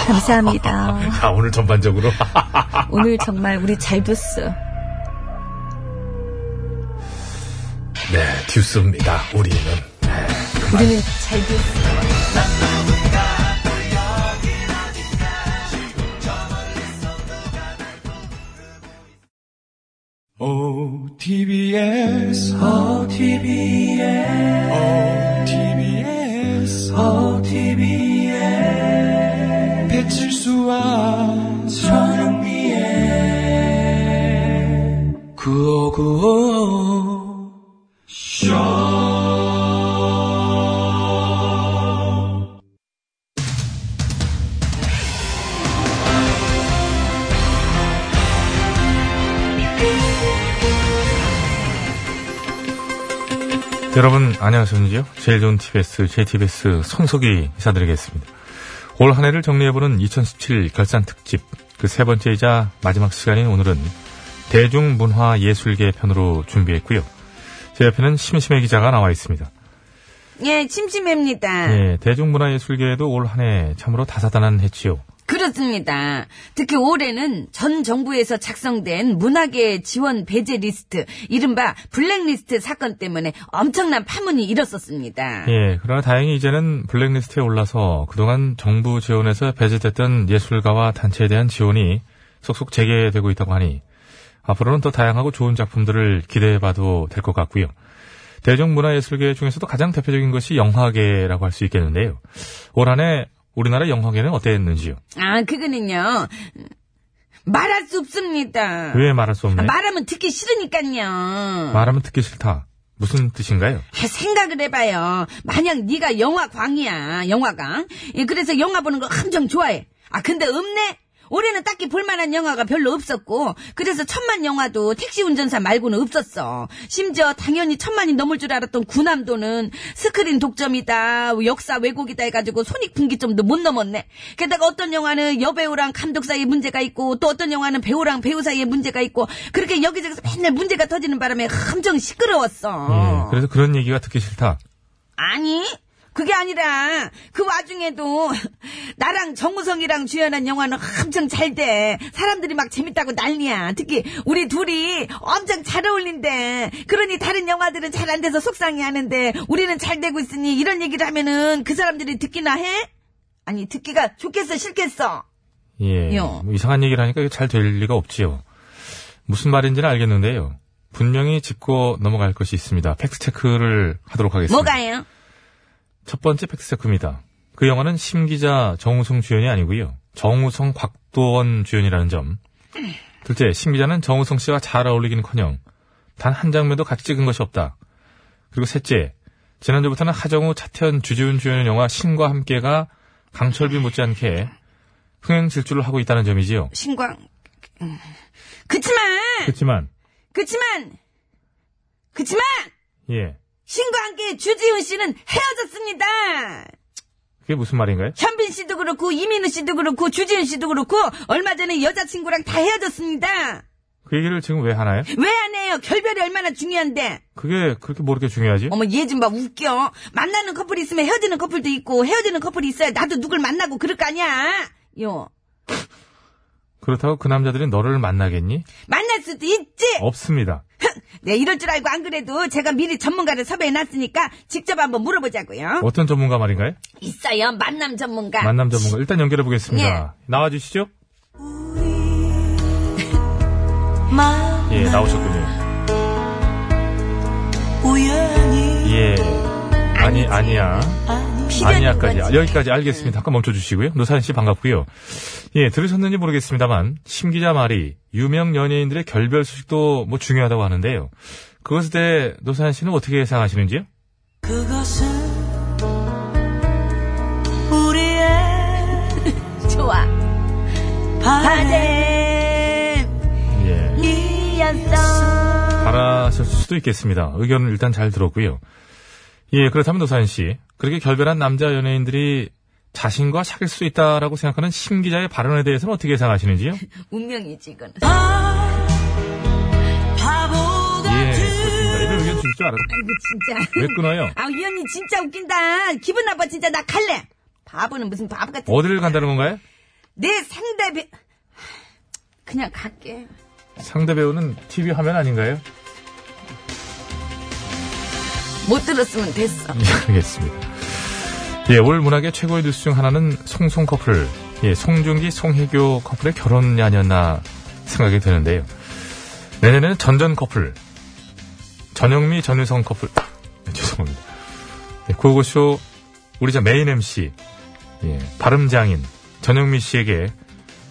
S4: 감사합니다.
S3: 자, 오늘 전반적으로.
S4: 오늘 정말 우리 잘 뒀어.
S3: 네, 듀스입니다. 우리는.
S4: 우리는 잘 뒀어.
S5: OTBS, OTBS, OTBS, OTBS, 배칠수와 전영미의 구호구호
S3: 여러분, 안녕하십니까? 제일 좋은 TBS, JTBS 손석희 인사드리겠습니다. 올 한 해를 정리해보는 2017 결산 특집, 그 세 번째이자 마지막 시간인 오늘은 대중문화예술계 편으로 준비했고요. 제 옆에는 심심해 기자가 나와 있습니다.
S1: 예, 심심합니다.
S3: 예, 대중문화예술계에도 올 한 해 참으로 다사다난 했지요.
S1: 그렇습니다. 특히 올해는 전 정부에서 작성된 문학의 지원 배제 리스트, 이른바 블랙리스트 사건 때문에 엄청난 파문이 일었었습니다.
S3: 예, 그러나 다행히 이제는 블랙리스트에 올라서 그동안 정부 지원에서 배제됐던 예술가와 단체에 대한 지원이 속속 재개되고 있다고 하니 앞으로는 더 다양하고 좋은 작품들을 기대해봐도 될 것 같고요. 대중문화예술계 중에서도 가장 대표적인 것이 영화계라고 할 수 있겠는데요. 올 한해 우리나라 영화계는 어땠는지요?
S1: 아, 그거는요. 말할 수 없습니다.
S3: 왜 네. 아, 말할 수
S1: 아,
S3: 없나요?
S1: 말하면 듣기 싫으니까요.
S3: 말하면 듣기 싫다. 무슨 뜻인가요? 예,
S1: 아, 생각을 해봐요. 만약 네가 영화광이야, 영화광. 예, 그래서 영화 보는 거 엄청 좋아해. 아 근데 없네. 올해는 딱히 볼만한 영화가 별로 없었고, 그래서 천만 영화도 택시 운전사 말고는 없었어. 심지어 당연히 천만이 넘을 줄 알았던 구남도는 스크린 독점이다, 역사 왜곡이다 해가지고 손익분기점도 못 넘었네. 게다가 어떤 영화는 여배우랑 감독 사이에 문제가 있고, 또 어떤 영화는 배우랑 배우 사이에 문제가 있고, 그렇게 여기저기서 맨날 문제가 터지는 바람에 엄청 시끄러웠어.
S3: 예, 그래서 그런 얘기가 듣기 싫다.
S1: 아니 그게 아니라 그 와중에도 나랑 정우성이랑 주연한 영화는 엄청 잘 돼 사람들이 막 재밌다고 난리야 특히 우리 둘이 엄청 잘 어울린대 그러니 다른 영화들은 잘 안 돼서 속상해하는데 우리는 잘 되고 있으니 이런 얘기를 하면은 그 사람들이 듣기나 해? 아니 듣기가 좋겠어 싫겠어
S3: 예.
S1: 요.
S3: 뭐 이상한 얘기를 하니까 잘 될 리가 없지요. 무슨 말인지는 알겠는데요. 분명히 짚고 넘어갈 것이 있습니다. 팩트체크를 하도록 하겠습니다.
S1: 뭐가요?
S3: 첫 번째 팩트체크입니다. 그 영화는 심기자 정우성 주연이 아니고요. 정우성 곽도원 주연이라는 점. 둘째, 심기자는 정우성 씨와 잘 어울리기는커녕 단 한 장면도 같이 찍은 것이 없다. 그리고 셋째, 지난주부터는 하정우, 차태현, 주지훈 주연의 영화 신과 함께가 강철비 못지않게 흥행 질주를 하고 있다는 점이지요.
S1: 신광 그치만
S3: 그렇지만
S1: 그치만 그치만
S3: 예
S1: 신과한 게 주지훈 씨는 헤어졌습니다.
S3: 그게 무슨 말인가요?
S1: 현빈 씨도 그렇고 이민우 씨도 그렇고 주지훈 씨도 그렇고 얼마 전에 여자친구랑 다 헤어졌습니다.
S3: 그 얘기를 지금 왜 하나요?
S1: 왜 안 해요? 결별이 얼마나 중요한데.
S3: 그게 그렇게 모르게 중요하지?
S1: 어머 얘 좀 봐 웃겨. 만나는 커플이 있으면 헤어지는 커플도 있고 헤어지는 커플이 있어야 나도 누굴 만나고 그럴 거 아니야. 요
S3: 그렇다고 그 남자들이 너를 만나겠니?
S1: 만날 수도 있지.
S3: 어? 없습니다.
S1: 네 이럴 줄 알고 안 그래도 제가 미리 전문가를 섭외해놨으니까 직접 한번 물어보자고요.
S3: 어떤 전문가 말인가요?
S1: 있어요 만남 전문가.
S3: 만남 전문가 일단 연결해 보겠습니다. 나와 주시죠. 예, 나오셨군요.
S5: 우연히
S3: 예. 아니, 아니야.
S1: 필연인
S3: 아니야까지. 네.
S1: 거지.
S3: 여기까지 알겠습니다. 잠깐 멈춰 주시고요. 노사연 씨 반갑고요. 예, 들으셨는지 모르겠습니다만 심 기자 말이 유명 연예인들의 결별 소식도 뭐 중요하다고 하는데요. 그것에 대해 노사연 씨는 어떻게 예상하시는지요?
S5: 그것은 우리의
S1: 좋아.
S3: 예.
S1: 바람이었어.
S3: 바라실 수도 있겠습니다. 의견을 일단 잘 들었고요. 예, 그렇다면 노사연 씨, 그렇게 결별한 남자 연예인들이 자신과 사귈 수 있다라고 생각하는 심 기자의 발언에 대해서는 어떻게 예상하시는지요?
S1: 운명이지 이건.
S3: 예.
S5: 바보
S3: 예, 그렇습니다. 이런 의견 줄 줄 알았어요.
S1: 아이고 진짜.
S3: 왜 끊어요?
S1: 아, 이 언니 진짜 웃긴다. 기분 나빠, 진짜. 나 갈래. 바보는 무슨 바보 같은.
S3: 어디를 간다는 건가요?
S1: 내 상대 배. 그냥 갈게.
S3: 상대 배우는 TV 화면 아닌가요?
S1: 못 들었으면 됐어.
S3: 예, 알겠습니다. 예, 올 문학의 최고의 뉴스 중 하나는 송송 커플, 예, 송중기, 송혜교 커플의 결혼이 아니었나 생각이 드는데요. 내년에는 전전 커플, 전영미, 전유성 커플, 네, 죄송합니다. 예, 고고쇼, 우리 자 메인 MC, 예, 발음장인, 전영미 씨에게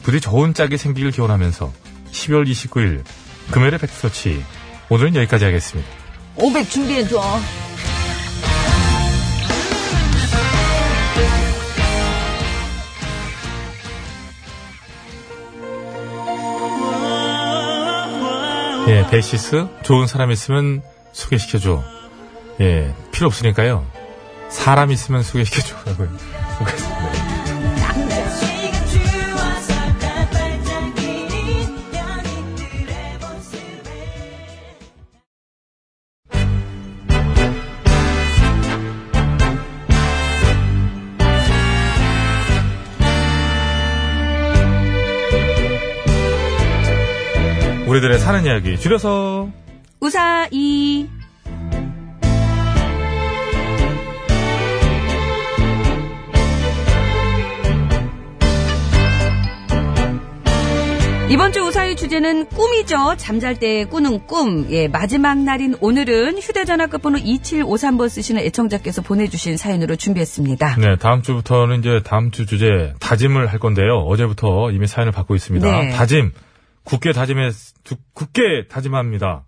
S3: 부디 좋은 짝이 생기길 기원하면서 12월 29일 금요일의 백서치, 오늘은 여기까지 하겠습니다.
S1: 500 준비해줘.
S3: 예, 베이시스 좋은 사람 있으면 소개시켜줘. 예, 필요 없으니까요. 사람 있으면 소개시켜줘라고 보겠습니다.
S5: 지금 주워서 다 반짝이는 연인들의 모습에
S3: 우리들의 사는 이야기 줄여서
S1: 우사이. 이번 주 우사의 주제는 꿈이죠. 잠잘 때 꾸는 꿈. 예, 마지막 날인 오늘은 휴대전화 끝번호 2753번 쓰시는 애청자께서 보내주신 사연으로 준비했습니다.
S3: 네, 다음 주부터는 이제 다음 주 주제 다짐을 할 건데요. 어제부터 이미 사연을 받고 있습니다.
S1: 네.
S3: 다짐 굳게 다짐해 두- 굳게 다짐합니다.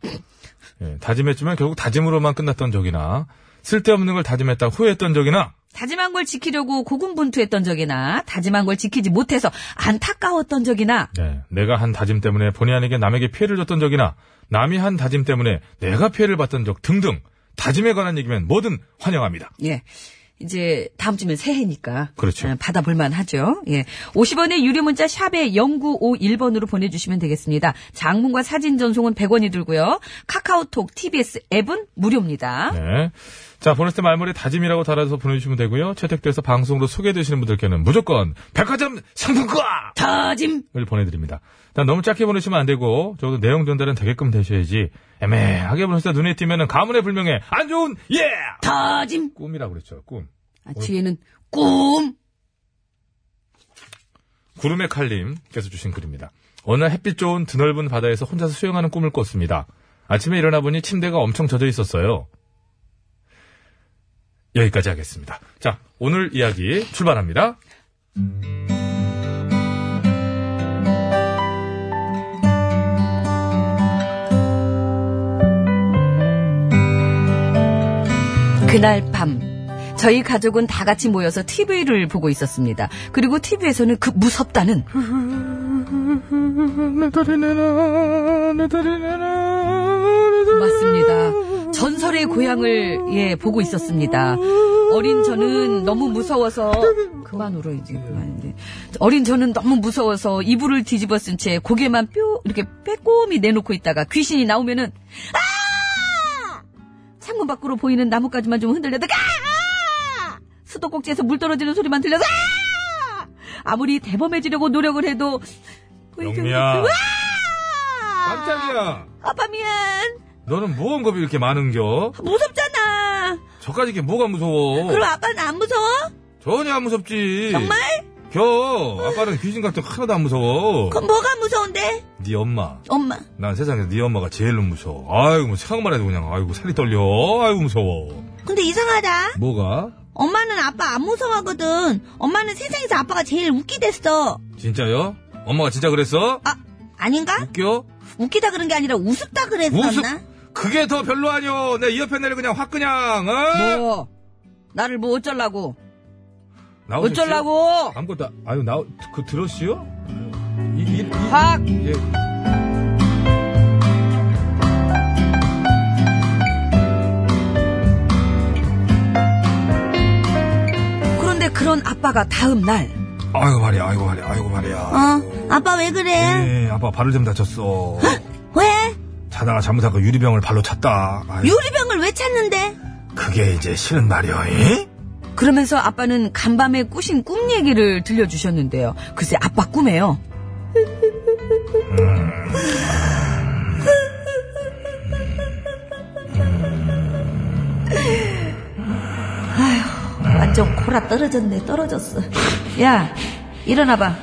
S3: 예, 다짐했지만 결국 다짐으로만 끝났던 적이나 쓸데없는 걸 다짐했다 후회했던 적이나
S1: 다짐한 걸 지키려고 고군분투했던 적이나 다짐한 걸 지키지 못해서 안타까웠던 적이나
S3: 네, 내가 한 다짐 때문에 본의 아니게 남에게 피해를 줬던 적이나 남이 한 다짐 때문에 내가 피해를 봤던 적 등등 다짐에 관한 얘기면 뭐든 환영합니다.
S1: 예. 이제 다음 주면 새해니까
S3: 그렇죠.
S1: 아, 받아볼만 하죠. 예. 50원의 유료 문자 샵에 0951번으로 보내 주시면 되겠습니다. 장문과 사진 전송은 100원이 들고요. 카카오톡 TBS 앱은 무료입니다.
S3: 네. 자, 보냈을 때 말머리 다짐이라고 달아서 보내주시면 되고요. 채택돼서 방송으로 소개되시는 분들께는 무조건 백화점 상품권을
S1: 다짐.
S3: 보내드립니다. 일단 너무 짧게 보내시면 안 되고, 적어도 내용 전달은 되게끔 되셔야지, 애매하게 보내시다 눈에 띄면은 가문의 불명예, 안 좋은, 예!
S1: 다짐.
S3: 꿈이라고 그랬죠, 꿈.
S1: 아, 뒤에는 꿈.
S3: 구름의 칼님께서 주신 글입니다. 어느 날 햇빛 좋은 드넓은 바다에서 혼자서 수영하는 꿈을 꿨습니다. 아침에 일어나 보니 침대가 엄청 젖어 있었어요. 여기까지 하겠습니다. 자, 오늘 이야기 출발합니다.
S1: 그날 밤 저희 가족은 다 같이 모여서 TV를 보고 있었습니다. 그리고 TV에서는 그 무섭다는
S3: 내 다리 내놔, 내 다리 내놔, 내 다리.
S1: 맞습니다. 전설의 고향을 예 보고 있었습니다. 어린 저는 너무 무서워서 그만 울어 이제 그만 이제 어린 저는 너무 무서워서 이불을 뒤집어 쓴 채 고개만 뾰 이렇게 빼꼼히 내놓고 있다가 귀신이 나오면은 아 창문 밖으로 보이는 나뭇가지만 좀 흔들려다가 아! 수도꼭지에서 물 떨어지는 소리만 들려서 아! 아무리 대범해지려고 노력을 해도 그
S3: 영미야.
S2: 깜짝이야.
S1: 아빠 미안
S3: 너는 무언 겁이 이렇게 많은겨?
S1: 무섭잖아
S3: 저까지 이게 뭐가 무서워?
S1: 그럼 아빠는 안 무서워?
S3: 전혀 안 무섭지.
S1: 정말?
S3: 겨. 아빠는 귀신 같은 거 하나도 안 무서워.
S1: 그럼 뭐가 무서운데?
S3: 네 엄마.
S1: 엄마.
S3: 난 세상에서 네 엄마가 제일 무서워. 아이고 뭐 생각만 해도 그냥 아이고 살이 떨려. 아이고 무서워.
S1: 근데 이상하다.
S3: 뭐가?
S1: 엄마는 아빠 안 무서워하거든. 엄마는 세상에서 아빠가 제일 웃기댔어.
S3: 진짜요? 엄마가 진짜 그랬어?
S1: 아, 아닌가?
S3: 웃겨?
S1: 웃기다 그런 게 아니라 우습다 그랬었나?
S3: 우습? 그게 더 별로 아니여. 내 이어폰 내를 그냥 확 그냥. 어?
S1: 뭐? 나를 뭐 어쩌려고?
S3: 나오셨어요?
S1: 어쩌려고?
S3: 아무것도 안- 아유 나 그 들었어요? 이, 이, 이,
S1: 확!
S3: 예.
S1: 그런데 그런 아빠가 다음 날.
S3: 아이고 말이야. 아이고 말이야. 아이고 말이야.
S4: 어, 아빠 왜 그래?
S3: 예, 아빠 발을 좀 다쳤어.
S4: 왜?
S3: 자다가 잠자고 그 유리병을 발로 찼다. 아유,
S4: 유리병을 왜 찾는데?
S3: 그게 이제 싫은 말이여. 이?
S1: 그러면서 아빠는 간밤에 꾸신 꿈 얘기를 들려주셨는데요. 글쎄, 아빠 꿈에요. 아휴, 완전 코라 떨어졌네, 떨어졌어. 야, 일어나봐.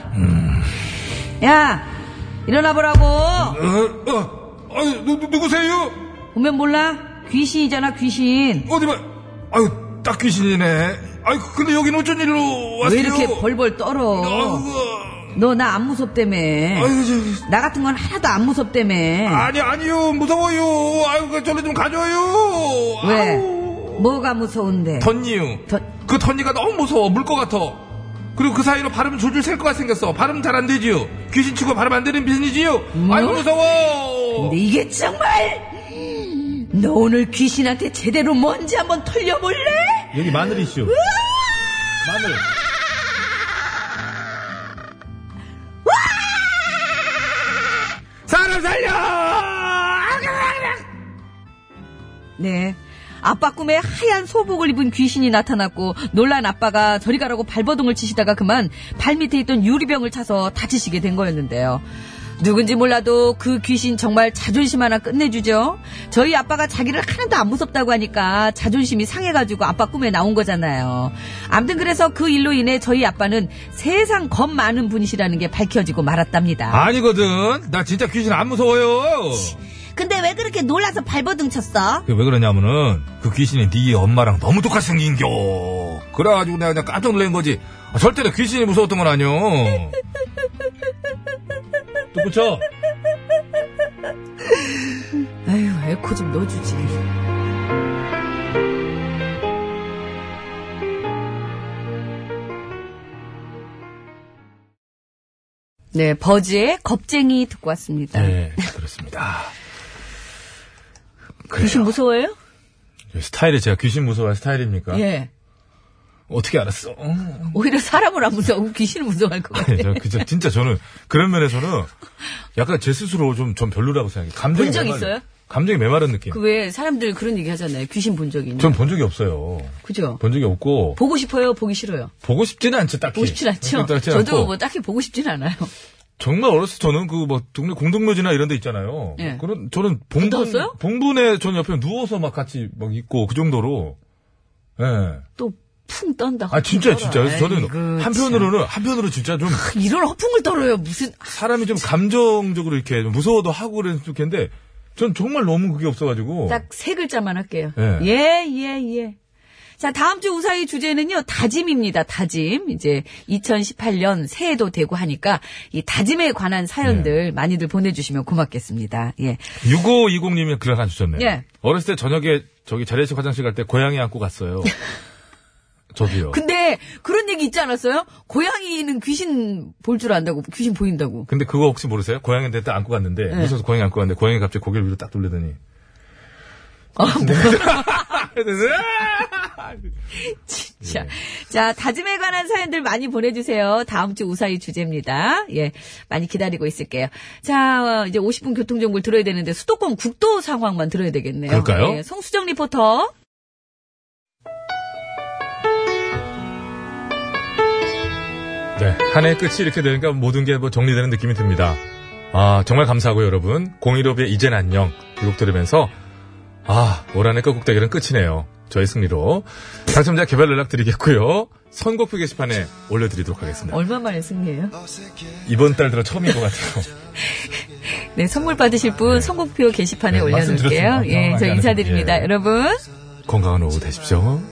S1: 야, 일어나보라고!
S3: 어, 어, 아유, 누, 누- 누구세요?
S1: 보면 몰라? 귀신이잖아, 귀신.
S3: 어디 봐. 아유, 딱 귀신이네. 아유, 근데 여긴 어쩐 일로 왔어요?
S1: 왜 이렇게 벌벌 떨어?
S3: 아이고,
S1: 너 나 안 무섭다며.
S3: 아유, 저,
S1: 나 같은 건 하나도 안 무섭다며.
S3: 아니, 아니요. 무서워요. 아유, 그, 저리 좀 가져요.
S1: 왜?
S3: 아우.
S1: 뭐가 무서운데?
S3: 덧니유.
S1: 덧-
S3: 그 덧니가 너무 무서워. 물 것 같아. 그리고 그 사이로 발음 줄줄 셀 것 같 생겼어. 발음 잘 안 되지요. 귀신치고 발음 안 되는 비신이지요. 아이고, 무서워.
S1: 뭐? 근데 이게 정말 너 오늘 귀신한테 제대로 뭔지 한번 털려볼래?
S2: 여기 마늘 이슈. 마늘.
S3: 사람 살려!
S1: 네. 아빠 꿈에 하얀 소복을 입은 귀신이 나타났고 놀란 아빠가 저리 가라고 발버둥을 치시다가 그만 발밑에 있던 유리병을 차서 다치시게 된 거였는데요. 누군지 몰라도 그 귀신 정말 자존심 하나 끝내주죠. 저희 아빠가 자기를 하나도 안 무섭다고 하니까 자존심이 상해가지고 아빠 꿈에 나온 거잖아요. 암튼 그래서 그 일로 인해 저희 아빠는 세상 겁 많은 분이시라는 게 밝혀지고 말았답니다.
S3: 아니거든. 나 진짜 귀신 안 무서워요.
S4: 근데 왜 그렇게 놀라서 발버둥 쳤어?
S3: 그게 왜 그러냐면은 그 귀신이 네 엄마랑 너무 똑같이 생긴겨. 그래가지고 내가 그냥 깜짝 놀란 거지. 아, 절대로 귀신이 무서웠던 건 아니요. 또 붙여.
S1: 아유, 에코 좀 넣어주지. 네, 버즈의 겁쟁이 듣고 왔습니다.
S3: 네, 그렇습니다.
S1: 귀신 무서워요?
S3: 스타일이 제가 귀신 무서워할 스타일입니까?
S1: 예.
S3: 어떻게 알았어? 어.
S1: 오히려 사람을 안 무서워하고 귀신을 무서워할 것 같아.
S3: 네, 저, 그저, 진짜 저는 그런 면에서는 약간 제 스스로 좀, 좀 별로라고 생각해요. 감정이
S1: 본적
S3: 메마른-
S1: 있어요?
S3: 감정이 메마른 느낌.
S1: 그 왜 사람들 그런 얘기 하잖아요. 귀신 본 적이 있냐.
S3: 전 본 적이 없어요.
S1: 그죠?
S3: 본 적이 없고
S1: 보고 싶어요? 보기 싫어요?
S3: 보고 싶지는 않죠, 딱히.
S1: 보고 싶진 않죠?
S3: 그렇진
S1: 저도
S3: 예. 않고.
S1: 뭐 딱히 보고 싶진 않아요.
S3: 정말 어렸을 때 저는 그 뭐 동네 공동묘지나 이런 데 있잖아요.
S1: 예.
S3: 그런 저는 봉분
S1: 묻었어요?
S3: 봉분에 전 옆에 누워서 막 같이 막 있고 그 정도로. 예.
S1: 또 풍 떤다.
S3: 아 진짜 진짜. 그래서 저는
S1: 아이고,
S3: 한편으로는 한편으로 진짜 좀
S1: 참. 이런 허풍을 떨어요. 무슨
S3: 사람이 좀 감정적으로 이렇게 좀 무서워도 하고 그랬으면 좋겠는데 전 정말 너무 그게 없어가지고.
S1: 딱 세 글자만 할게요.
S3: 예.
S1: 예, 예, 예. 자, 다음 주 우사의 주제는요, 다짐입니다, 다짐. 이제 2018년 새해도 되고 하니까 이 다짐에 관한
S3: 예.
S1: 사연들 많이들 보내주시면 고맙겠습니다. 예.
S3: 6520님이 글을 하나 주셨네요.
S1: 예.
S3: 어렸을 때 저녁에 저기 자례식 화장실 갈 때 고양이 안고 갔어요. 저도요.
S1: 근데 옛날에 그런 얘기 있지 않았어요? 고양이는 귀신 볼 줄 안다고, 귀신 보인다고.
S3: 근데 그거 혹시 모르세요? 고양이한테 딱 안고 갔는데 무서워서 고양이 안고 갔는데 고양이 갑자기 고개를 위로 딱 돌리더니 네.
S1: 자,
S3: 예.
S1: 자, 다짐에 관한 사연들 많이 보내주세요. 다음 주 우사히 주제입니다. 예, 많이 기다리고 있을게요. 자, 어, 이제 50분 교통정보를 들어야 되는데 수도권 국도 상황만 들어야 되겠네요.
S3: 그럴까요?
S1: 예, 송수정 리포터.
S3: 네, 한 해의 끝이 이렇게 되니까 모든 게 뭐 정리되는 느낌이 듭니다. 아, 정말 감사하고요, 여러분. 015의 이젠 안녕. 이 곡 들으면서, 아, 올 한해 끝곡 대결은 끝이네요. 저의 승리로. 당첨자 개별 연락 드리겠고요. 선곡표 게시판에 올려드리도록 하겠습니다.
S1: 얼마 만에 승리예요?
S3: 이번 달 들어 처음인 것 같아요.
S1: 네, 선물 받으실 분 선곡표 게시판에
S3: 네,
S1: 올려놓을게요.
S3: 말씀드렸습니다. 아, 네.
S1: 예, 저
S3: 당황하게
S1: 인사드립니다.
S3: 하는군요.
S1: 여러분.
S3: 건강한 오후 되십시오.